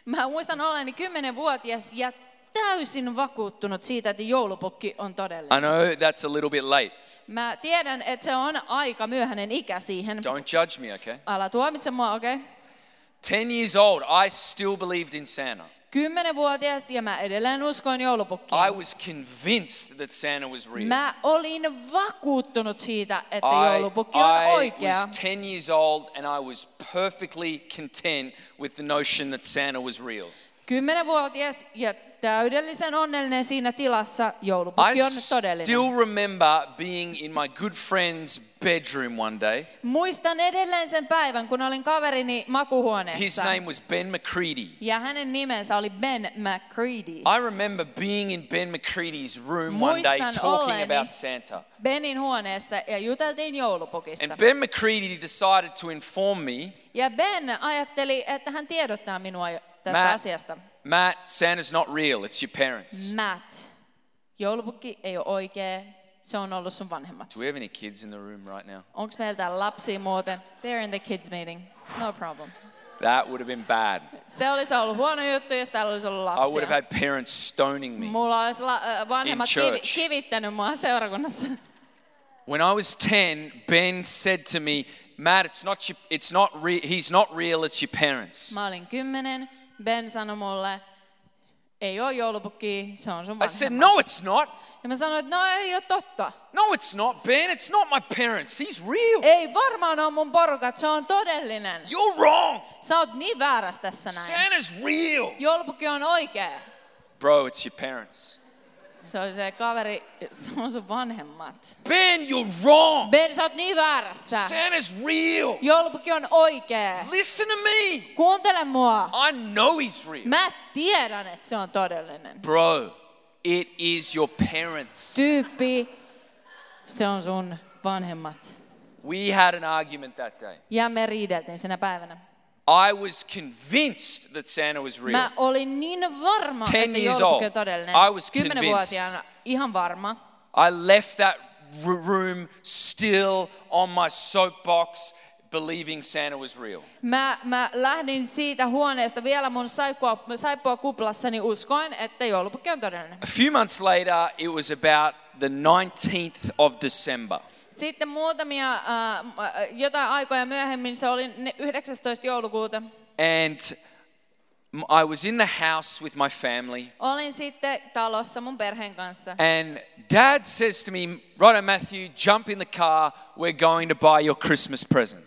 Speaker 2: Mä muistan olleeni 10-vuotias ja täysin vakuuttunut siitä, että joulupukki on todellinen.
Speaker 1: I know that's a little bit late.
Speaker 2: Mä tiedän, että se on aika myöhäinen ikä siihen.
Speaker 1: Don't judge me, okay?
Speaker 2: Ala tuomitse mua, okei? Okay?
Speaker 1: 10 years old, I still believed in Santa.
Speaker 2: 10-vuotias ja mä edelleen uskoin joulupukkiin.
Speaker 1: I was convinced that Santa was real.
Speaker 2: Mä olin vakuuttunut siitä, että
Speaker 1: I,
Speaker 2: joulupukki on
Speaker 1: I
Speaker 2: oikea.
Speaker 1: was 10 years old and I was perfectly content with the notion that Santa was real.
Speaker 2: Kymmenenvuotias ja täydellisen onnellinen siinä tilassa
Speaker 1: I
Speaker 2: joulupukki on todellinen.
Speaker 1: still remember being in my good friend's bedroom one day.
Speaker 2: Muistan edelleen sen päivän, kun olin kaverini
Speaker 1: His
Speaker 2: makuhuoneessa.
Speaker 1: name was Ben McCready.
Speaker 2: Ja hänen nimensä oli Ben McCready.
Speaker 1: I remember being in Ben McCready's room one day
Speaker 2: Muistan
Speaker 1: talking
Speaker 2: olleeni.
Speaker 1: about Santa.
Speaker 2: Benin huoneessa ja juteltiin joulupukista.
Speaker 1: And Ben McCready decided to inform me
Speaker 2: ja Ben ajatteli, että hän tiedottaa minua jo tästä
Speaker 1: Matt,
Speaker 2: asiasta.
Speaker 1: Matt, Santa's not real, it's your parents.
Speaker 2: Matt, joulupukki ei ole oikea, se on ollut sun vanhemmat.
Speaker 1: Do we have any kids in the room right now?
Speaker 2: Onko meillä täällä lapsia muuten? They're in the kids meeting. No problem.
Speaker 1: That would have been bad.
Speaker 2: Se olisi ollut huono juttu, jos täällä olisi ollut
Speaker 1: I would
Speaker 2: lapsia.
Speaker 1: have had parents stoning me.
Speaker 2: Mulla olisi la- äh, vanhemmat
Speaker 1: In
Speaker 2: kivi-
Speaker 1: church.
Speaker 2: kivittänyt mua seurakunnassa.
Speaker 1: When I was 10, Ben said to me, Matt, it's not, your, it's not re- he's not real, it's your parents.
Speaker 2: Mä olin kymmenen, Ben sanoi mulle, ei ole joulupukki, se on sun
Speaker 1: I said,
Speaker 2: vanhemmat.
Speaker 1: No, it's not.
Speaker 2: Ja mä sanoin, että no ei ole totta.
Speaker 1: No, it's not, Ben. It's not my parents. He's real.
Speaker 2: Ei varmaan ole mun porukat, se on todellinen.
Speaker 1: You're wrong.
Speaker 2: Sä oot niin väärässä tässä näin.
Speaker 1: Santa's real.
Speaker 2: Joulupukki on oikea.
Speaker 1: Bro, it's your parents.
Speaker 2: Se oli se kaveri, se on sun vanhemmat.
Speaker 1: Ben, you're wrong.
Speaker 2: Ben, sä oot niin väärässä.
Speaker 1: Santa's real.
Speaker 2: Joulupukki on oikea.
Speaker 1: Listen to me.
Speaker 2: Kuuntele mua.
Speaker 1: I know he's real.
Speaker 2: Mä tiedän, että se on todellinen.
Speaker 1: Bro, it is your parents.
Speaker 2: Tyyppi, se on sun vanhemmat.
Speaker 1: We had an argument that day.
Speaker 2: Ja me riideltiin sinä päivänä.
Speaker 1: I was convinced that Santa was real.
Speaker 2: Mä olin niin varma,
Speaker 1: Ten
Speaker 2: että
Speaker 1: years old.
Speaker 2: joulupukki on todellinen.
Speaker 1: I was
Speaker 2: Kymmenenvuotiaana ihan varma.
Speaker 1: I left that r- room still on my soapbox, believing Santa was real.
Speaker 2: Mä, mä lähdin siitä huoneesta vielä mun saippua, saippua kuplassani uskoen, että joulupukki on todellinen.
Speaker 1: A few months later, it was about the 19th of December.
Speaker 2: Sitten muutamia, äh, m- äh, jotain aikoja myöhemmin, se oli ne- 19. joulukuuta.
Speaker 1: And m- I was in the house with my family,
Speaker 2: Olin sitten talossa mun perheen kanssa.
Speaker 1: and Dad says to me, "Righto, Matthew, jump in the car. We're going to buy your Christmas present."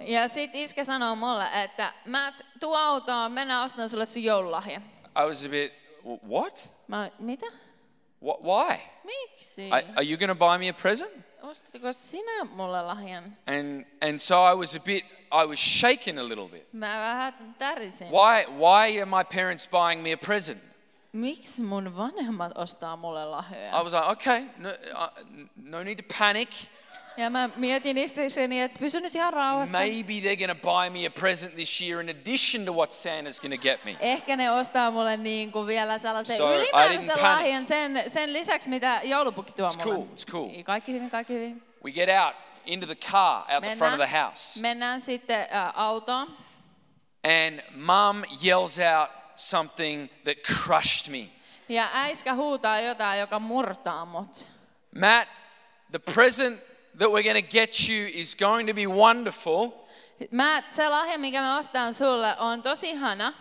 Speaker 2: Ja sit iskä sanoo mulle, että mä tuu autoon, mennään ostamaan sulle sun joululahja.
Speaker 1: I was a bit, "Wh- "What?
Speaker 2: Mä olin, mitä?
Speaker 1: What? Why?
Speaker 2: Miksi?
Speaker 1: I, are you going to buy me a present?"
Speaker 2: Ostatko sinä mulle lahjan?
Speaker 1: And and so I was a bit, I was shaken a little bit.
Speaker 2: Mä vähän tärisin.
Speaker 1: Why? Why are my parents buying me a present?
Speaker 2: Miksi mun vanhemmat ostaa mulle lahjoja?
Speaker 1: I was like, "Okay, no, uh, no need to panic.
Speaker 2: Ja mä mietin itsekseni, että pysy nyt ihan rauhassa.
Speaker 1: Maybe they're going to buy me a present this year in addition to what Santa's going to get me."
Speaker 2: Ehkä ne ostaa mulle niin kuin vielä sellaisen
Speaker 1: So, I
Speaker 2: so,
Speaker 1: didn't
Speaker 2: ylimääräisen
Speaker 1: panic.
Speaker 2: lahjan sen, sen lisäksi, mitä joulupukki tuo
Speaker 1: It's
Speaker 2: mulle. Niin,
Speaker 1: cool, it's cool.
Speaker 2: Kaikki hyvin, kaikki hyvin.
Speaker 1: We get out into the car out the front
Speaker 2: Mennään,
Speaker 1: of the house,
Speaker 2: mennään sitten ä, autoon.
Speaker 1: and Mum yells out something that crushed me.
Speaker 2: Ja äiskä huutaa jotain, joka murtaa mut.
Speaker 1: Matt, the present that we're going to get you is going to be wonderful.
Speaker 2: Mä, se lahja, mikä mä ostan sulle, on tosi ihana.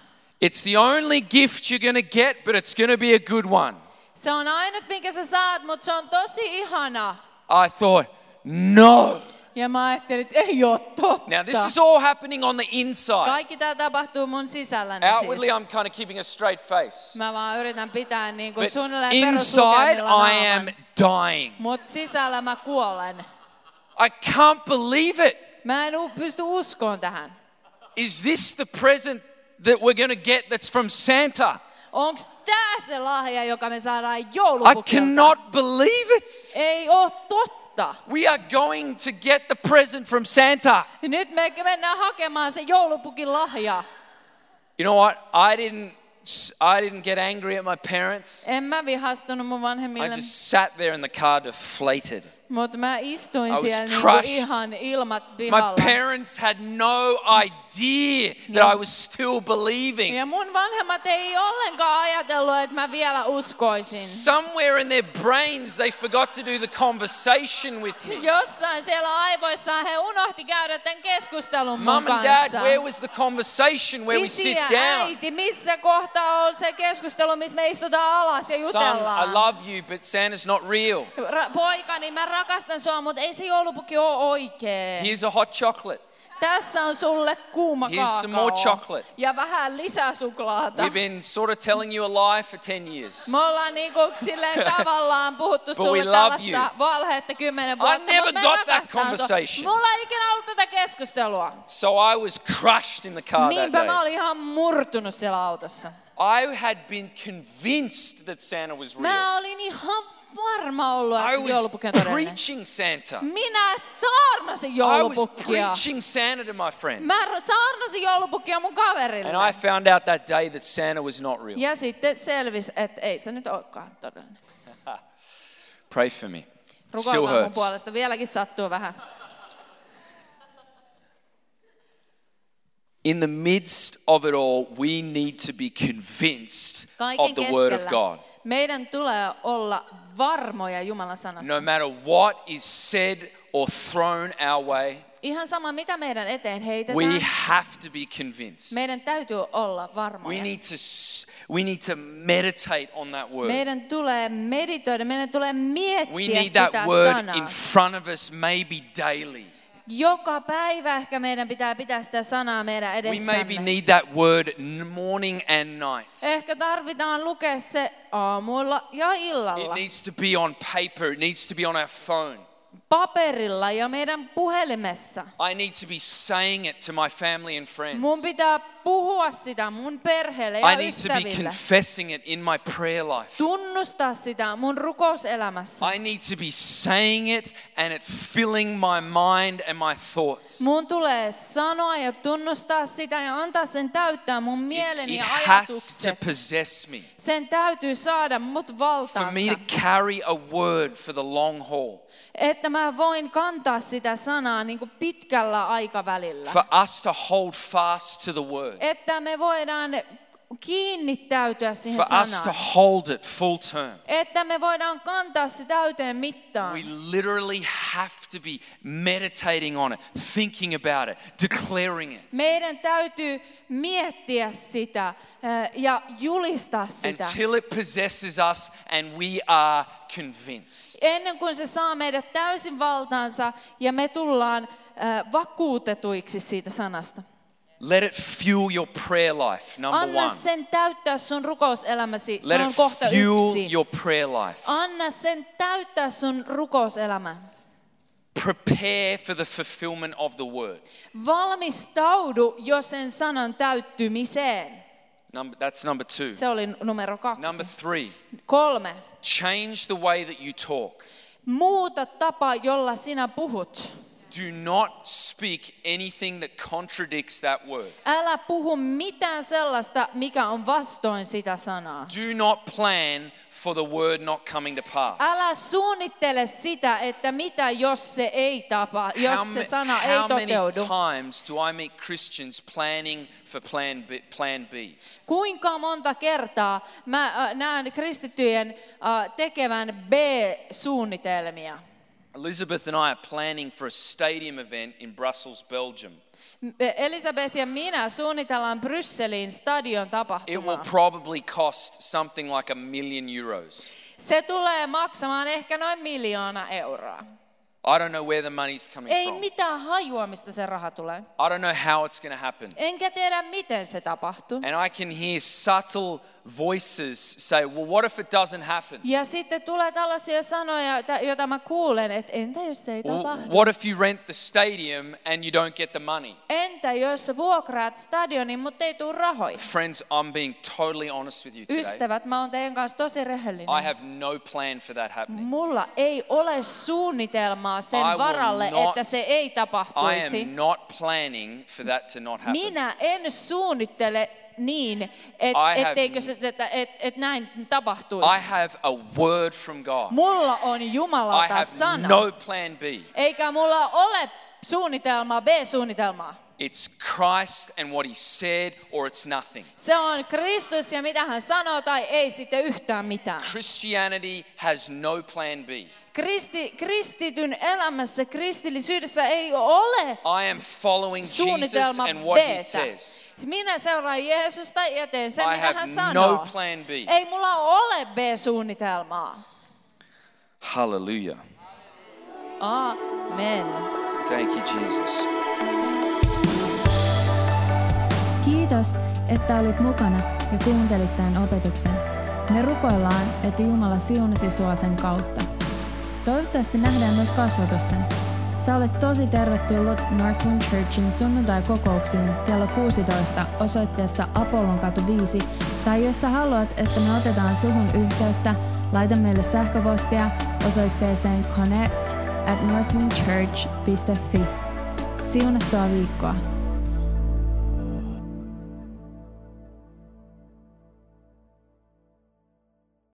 Speaker 1: It's the only gift you're going to get, but it's going to be a good one.
Speaker 2: Se on ainut, minkä sä saat, mutta se on tosi ihana.
Speaker 1: I thought, no.
Speaker 2: Ja mä ajattelin, että ei oo totta.
Speaker 1: Now, this is all happening on the inside.
Speaker 2: Kaikki tämä tapahtuu mun sisälläni
Speaker 1: Outwardly,
Speaker 2: siis.
Speaker 1: I'm kind of keeping a straight face.
Speaker 2: Mä vaan yritän pitää niin kuin
Speaker 1: But
Speaker 2: suunnilleen
Speaker 1: inside,
Speaker 2: peruslukemilla
Speaker 1: I am
Speaker 2: naaman.
Speaker 1: dying.
Speaker 2: Mut sisällä mä kuolen.
Speaker 1: I can't believe it.
Speaker 2: Mä en u- pysty uskoon tähän.
Speaker 1: Is this the present that we're going to get that's from Santa?
Speaker 2: Onks tää se lahja, joka me saadaan
Speaker 1: I
Speaker 2: joulupukilta?
Speaker 1: cannot believe it.
Speaker 2: Ei oo totta.
Speaker 1: We are going to get the present from Santa.
Speaker 2: Nyt me mennään hakemaan se joulupukin lahja.
Speaker 1: You know what? I didn't I didn't get angry at my parents.
Speaker 2: En mä vihastunut mun
Speaker 1: I
Speaker 2: vanhemmille,
Speaker 1: just sat there in the car deflated.
Speaker 2: mutta mä istuin
Speaker 1: I was
Speaker 2: siellä niinku
Speaker 1: crushed.
Speaker 2: ihan ilmat
Speaker 1: My
Speaker 2: pihalla.
Speaker 1: parents had no idea that I was still believing.
Speaker 2: Ja mun vanhemmat ei ollenkaan ajatellut, että mä vielä uskoisin.
Speaker 1: Somewhere in their brains they forgot to do the conversation with me.
Speaker 2: Jossain siellä aivoissaan he unohti käydä tämän keskustelun mun
Speaker 1: Mum and dad,
Speaker 2: kanssa.
Speaker 1: where was the conversation where we
Speaker 2: Isi
Speaker 1: sit
Speaker 2: ja
Speaker 1: down?
Speaker 2: äiti, missä kohtaa on se keskustelu, missä me istutaan alas ja
Speaker 1: Son, I
Speaker 2: jutellaan?
Speaker 1: love you, but Santa's not real.
Speaker 2: Ra- poikani, mä rakastan sua, mutta ei se joulupukki ole oikee.
Speaker 1: Here's a hot chocolate.
Speaker 2: Tässä on sulle kuuma
Speaker 1: Here's some
Speaker 2: kaakao.
Speaker 1: more chocolate.
Speaker 2: Ja vähän lisää suklaata.
Speaker 1: We've been sort of telling you a lie for 10 years.
Speaker 2: Me ollaan niinku silleen
Speaker 1: <laughs>
Speaker 2: tavallaan puhuttu
Speaker 1: But we
Speaker 2: sulle
Speaker 1: love
Speaker 2: tällaista
Speaker 1: you.
Speaker 2: valhetta kymmenen vuotta,
Speaker 1: never
Speaker 2: mutta me
Speaker 1: got that
Speaker 2: rakastan sua.
Speaker 1: conversation.
Speaker 2: Mulla ei ikinä ollut tätä keskustelua.
Speaker 1: So I was crushed in the car that
Speaker 2: Niinpä mä
Speaker 1: day.
Speaker 2: olin ihan murtunut siellä autossa.
Speaker 1: I had been convinced that Santa was real.
Speaker 2: Mä olin niin ihan varma ollut,
Speaker 1: I
Speaker 2: että se
Speaker 1: was
Speaker 2: joulupukki on todellinen.
Speaker 1: preaching Santa.
Speaker 2: Minä saarnasin
Speaker 1: I was
Speaker 2: joulupukkia.
Speaker 1: preaching Santa to my friends.
Speaker 2: Mä saarnasin joulupukkia mun kaverille.
Speaker 1: And I found out that day that Santa was not real.
Speaker 2: Ja sitten selvisi, että ei se nyt olekaan todellinen.
Speaker 1: Pray for me. It still
Speaker 2: Rukoillaan mun
Speaker 1: hurts.
Speaker 2: puolesta. Vieläkin sattuu vähän.
Speaker 1: In the midst of it all, we need to be convinced
Speaker 2: Kaiken
Speaker 1: of the Word of
Speaker 2: keskellä
Speaker 1: God.
Speaker 2: meidän tulee olla varmoja Jumalan sanasta.
Speaker 1: No matter what is said or thrown our way,
Speaker 2: Ihan sama, mitä meidän eteen heitetään,
Speaker 1: we have to be convinced.
Speaker 2: meidän täytyy olla varmoja.
Speaker 1: We need to s- we need to meditate on that word.
Speaker 2: meidän tulee meditoida, meidän tulee miettiä
Speaker 1: We need
Speaker 2: sitä
Speaker 1: that word
Speaker 2: sanaa.
Speaker 1: in front of us maybe daily.
Speaker 2: Joka päivä ehkä meidän pitää pitää sitä sanaa meidän
Speaker 1: We
Speaker 2: edessämme.
Speaker 1: maybe need that word n- morning and night.
Speaker 2: Ehkä tarvitaan lukea se aamulla ja
Speaker 1: It
Speaker 2: illalla,
Speaker 1: needs to be on paper, it needs to be on our phone.
Speaker 2: paperilla ja meidän puhelimessa.
Speaker 1: I need to be saying it to my family and
Speaker 2: Mun
Speaker 1: friends.
Speaker 2: pitää puhua sitä mun perheelle ja
Speaker 1: I need to be
Speaker 2: ystäville.
Speaker 1: confessing it in my prayer life.
Speaker 2: Tunnustaa sitä mun rukouselämässä.
Speaker 1: I need to be saying it and it filling my mind and my thoughts.
Speaker 2: Mun tulee sanoa ja tunnustaa sitä ja antaa sen täyttää mun
Speaker 1: It,
Speaker 2: mieleni
Speaker 1: it
Speaker 2: ja
Speaker 1: has to
Speaker 2: ajatukset.
Speaker 1: possess me.
Speaker 2: Sen täytyy saada mut
Speaker 1: for me to
Speaker 2: valtaansa,
Speaker 1: carry a word for the long haul,
Speaker 2: että mä voin kantaa sitä sanaa niin kuin pitkällä aikavälillä.
Speaker 1: for us to hold fast to the word.
Speaker 2: Että me voidaan kiinnittäytyä siihen
Speaker 1: for us to
Speaker 2: sanaan.
Speaker 1: hold it full term.
Speaker 2: Että me voidaan kantaa se täyteen mittaan.
Speaker 1: We literally have to be meditating on it, thinking about it, declaring it
Speaker 2: Meidän täytyy miettiä sitä äh, ja julistaa sitä.
Speaker 1: until it possesses us and we are convinced.
Speaker 2: Ennen kuin se saa meidät täysin valtaansa ja me tullaan äh, vakuutetuiksi siitä sanasta.
Speaker 1: Let it fuel your prayer life, number
Speaker 2: Anna
Speaker 1: one.
Speaker 2: sen täyttää sun rukouselämäsi.
Speaker 1: Let
Speaker 2: Se on kohta
Speaker 1: it fuel
Speaker 2: yksi.
Speaker 1: your prayer life.
Speaker 2: Anna sen täyttää sun rukouselämä.
Speaker 1: Prepare for the fulfillment of the word.
Speaker 2: Valmistaudu jo sen sanan täyttymiseen.
Speaker 1: Number, that's number two.
Speaker 2: Se oli numero kaksi.
Speaker 1: Number three,
Speaker 2: Kolme.
Speaker 1: change the way that you talk.
Speaker 2: Muuta tapa, jolla sinä puhut.
Speaker 1: Do not speak anything that contradicts that word.
Speaker 2: Älä puhu mitään sellaista, mikä on vastoin sitä sanaa.
Speaker 1: Do not plan for the word not coming to pass.
Speaker 2: Älä suunnittele sitä, että mitä jos se ei tapa,
Speaker 1: How
Speaker 2: jos
Speaker 1: ma-
Speaker 2: se sana ei
Speaker 1: how many
Speaker 2: toteudu.
Speaker 1: times do I meet Christians planning for plan B, plan B?
Speaker 2: Kuinka monta kertaa mä äh, näen kristittyjen äh, tekevän B-suunnitelmia?
Speaker 1: Elizabeth and I are planning for a stadium event in Brussels, Belgium.
Speaker 2: äh, Elisabeth ja minä suunnitellaan Brysselin stadion
Speaker 1: It will
Speaker 2: tapahtumaa.
Speaker 1: probably cost something like a million euros.
Speaker 2: Se tulee maksamaan ehkä noin miljoona euroa.
Speaker 1: I don't know where the money's coming
Speaker 2: Ei
Speaker 1: from.
Speaker 2: mitään hajua, mistä se raha tulee.
Speaker 1: I don't know how it's going to happen.
Speaker 2: Enkä tiedä, miten se tapahtuu.
Speaker 1: And I can hear subtle voices say, well, what if it doesn't happen?
Speaker 2: Ja sitten tulee tällaisia sanoja, tä- joita mä kuulen, että entä jos se ei
Speaker 1: Well,
Speaker 2: tapahdu?
Speaker 1: what if you rent the stadium and you don't get the money?
Speaker 2: Entä jos sä vuokraat stadionin, mutta ei tule rahoja?
Speaker 1: Friends, I'm being totally honest with you today.
Speaker 2: Ystävät, mä oon teidän kanssa tosi
Speaker 1: I
Speaker 2: rehellinen.
Speaker 1: have no plan for that happening.
Speaker 2: Mulla ei ole suunnitelmaa sen
Speaker 1: I will
Speaker 2: varalle,
Speaker 1: not-
Speaker 2: että se ei
Speaker 1: I
Speaker 2: tapahtuisi.
Speaker 1: am not planning for that to not happen.
Speaker 2: Minä en suunnittele niin, et,
Speaker 1: I have- no-
Speaker 2: etteikö se, että et, et näin
Speaker 1: I
Speaker 2: tapahtuisi.
Speaker 1: have a word from God.
Speaker 2: Mulla on
Speaker 1: I
Speaker 2: Jumalalta
Speaker 1: have
Speaker 2: sana,
Speaker 1: no plan B.
Speaker 2: eikä mulla ole suunnitelmaa, B-suunnitelmaa.
Speaker 1: It's Christ and what he said, or it's nothing.
Speaker 2: Se on Kristus ja mitä hän sanoo tai ei sitten yhtään mitään.
Speaker 1: Christianity has no plan B.
Speaker 2: Kristi, kristityn elämässä, kristillisyydessä ei ole
Speaker 1: I am following Jesus
Speaker 2: suunnitelma
Speaker 1: and what he
Speaker 2: B-tä.
Speaker 1: says.
Speaker 2: Minä seuraan Jeesusta ja teen sen,
Speaker 1: I
Speaker 2: mitä
Speaker 1: have
Speaker 2: hän
Speaker 1: no
Speaker 2: sanoo.
Speaker 1: plan B.
Speaker 2: Ei mulla ole B-suunitelmaa.
Speaker 1: Hallelujah.
Speaker 2: Amen.
Speaker 1: Thank you, Jesus.
Speaker 3: Kiitos, että olit mukana ja kuuntelit tämän opetuksen. Me rukoillaan, että Jumala siunasi sua sen kautta. Toivottavasti nähdään myös kasvatusten. Sä olet tosi tervetullut Northwind Churchin sunnuntai-kokouksiin kello 16 osoitteessa Apollonkatu 5, tai jos sä haluat, että me otetaan suhun yhteyttä, laita meille sähköpostia osoitteeseen connect at northwindchurch.fi. Siunattua viikkoa!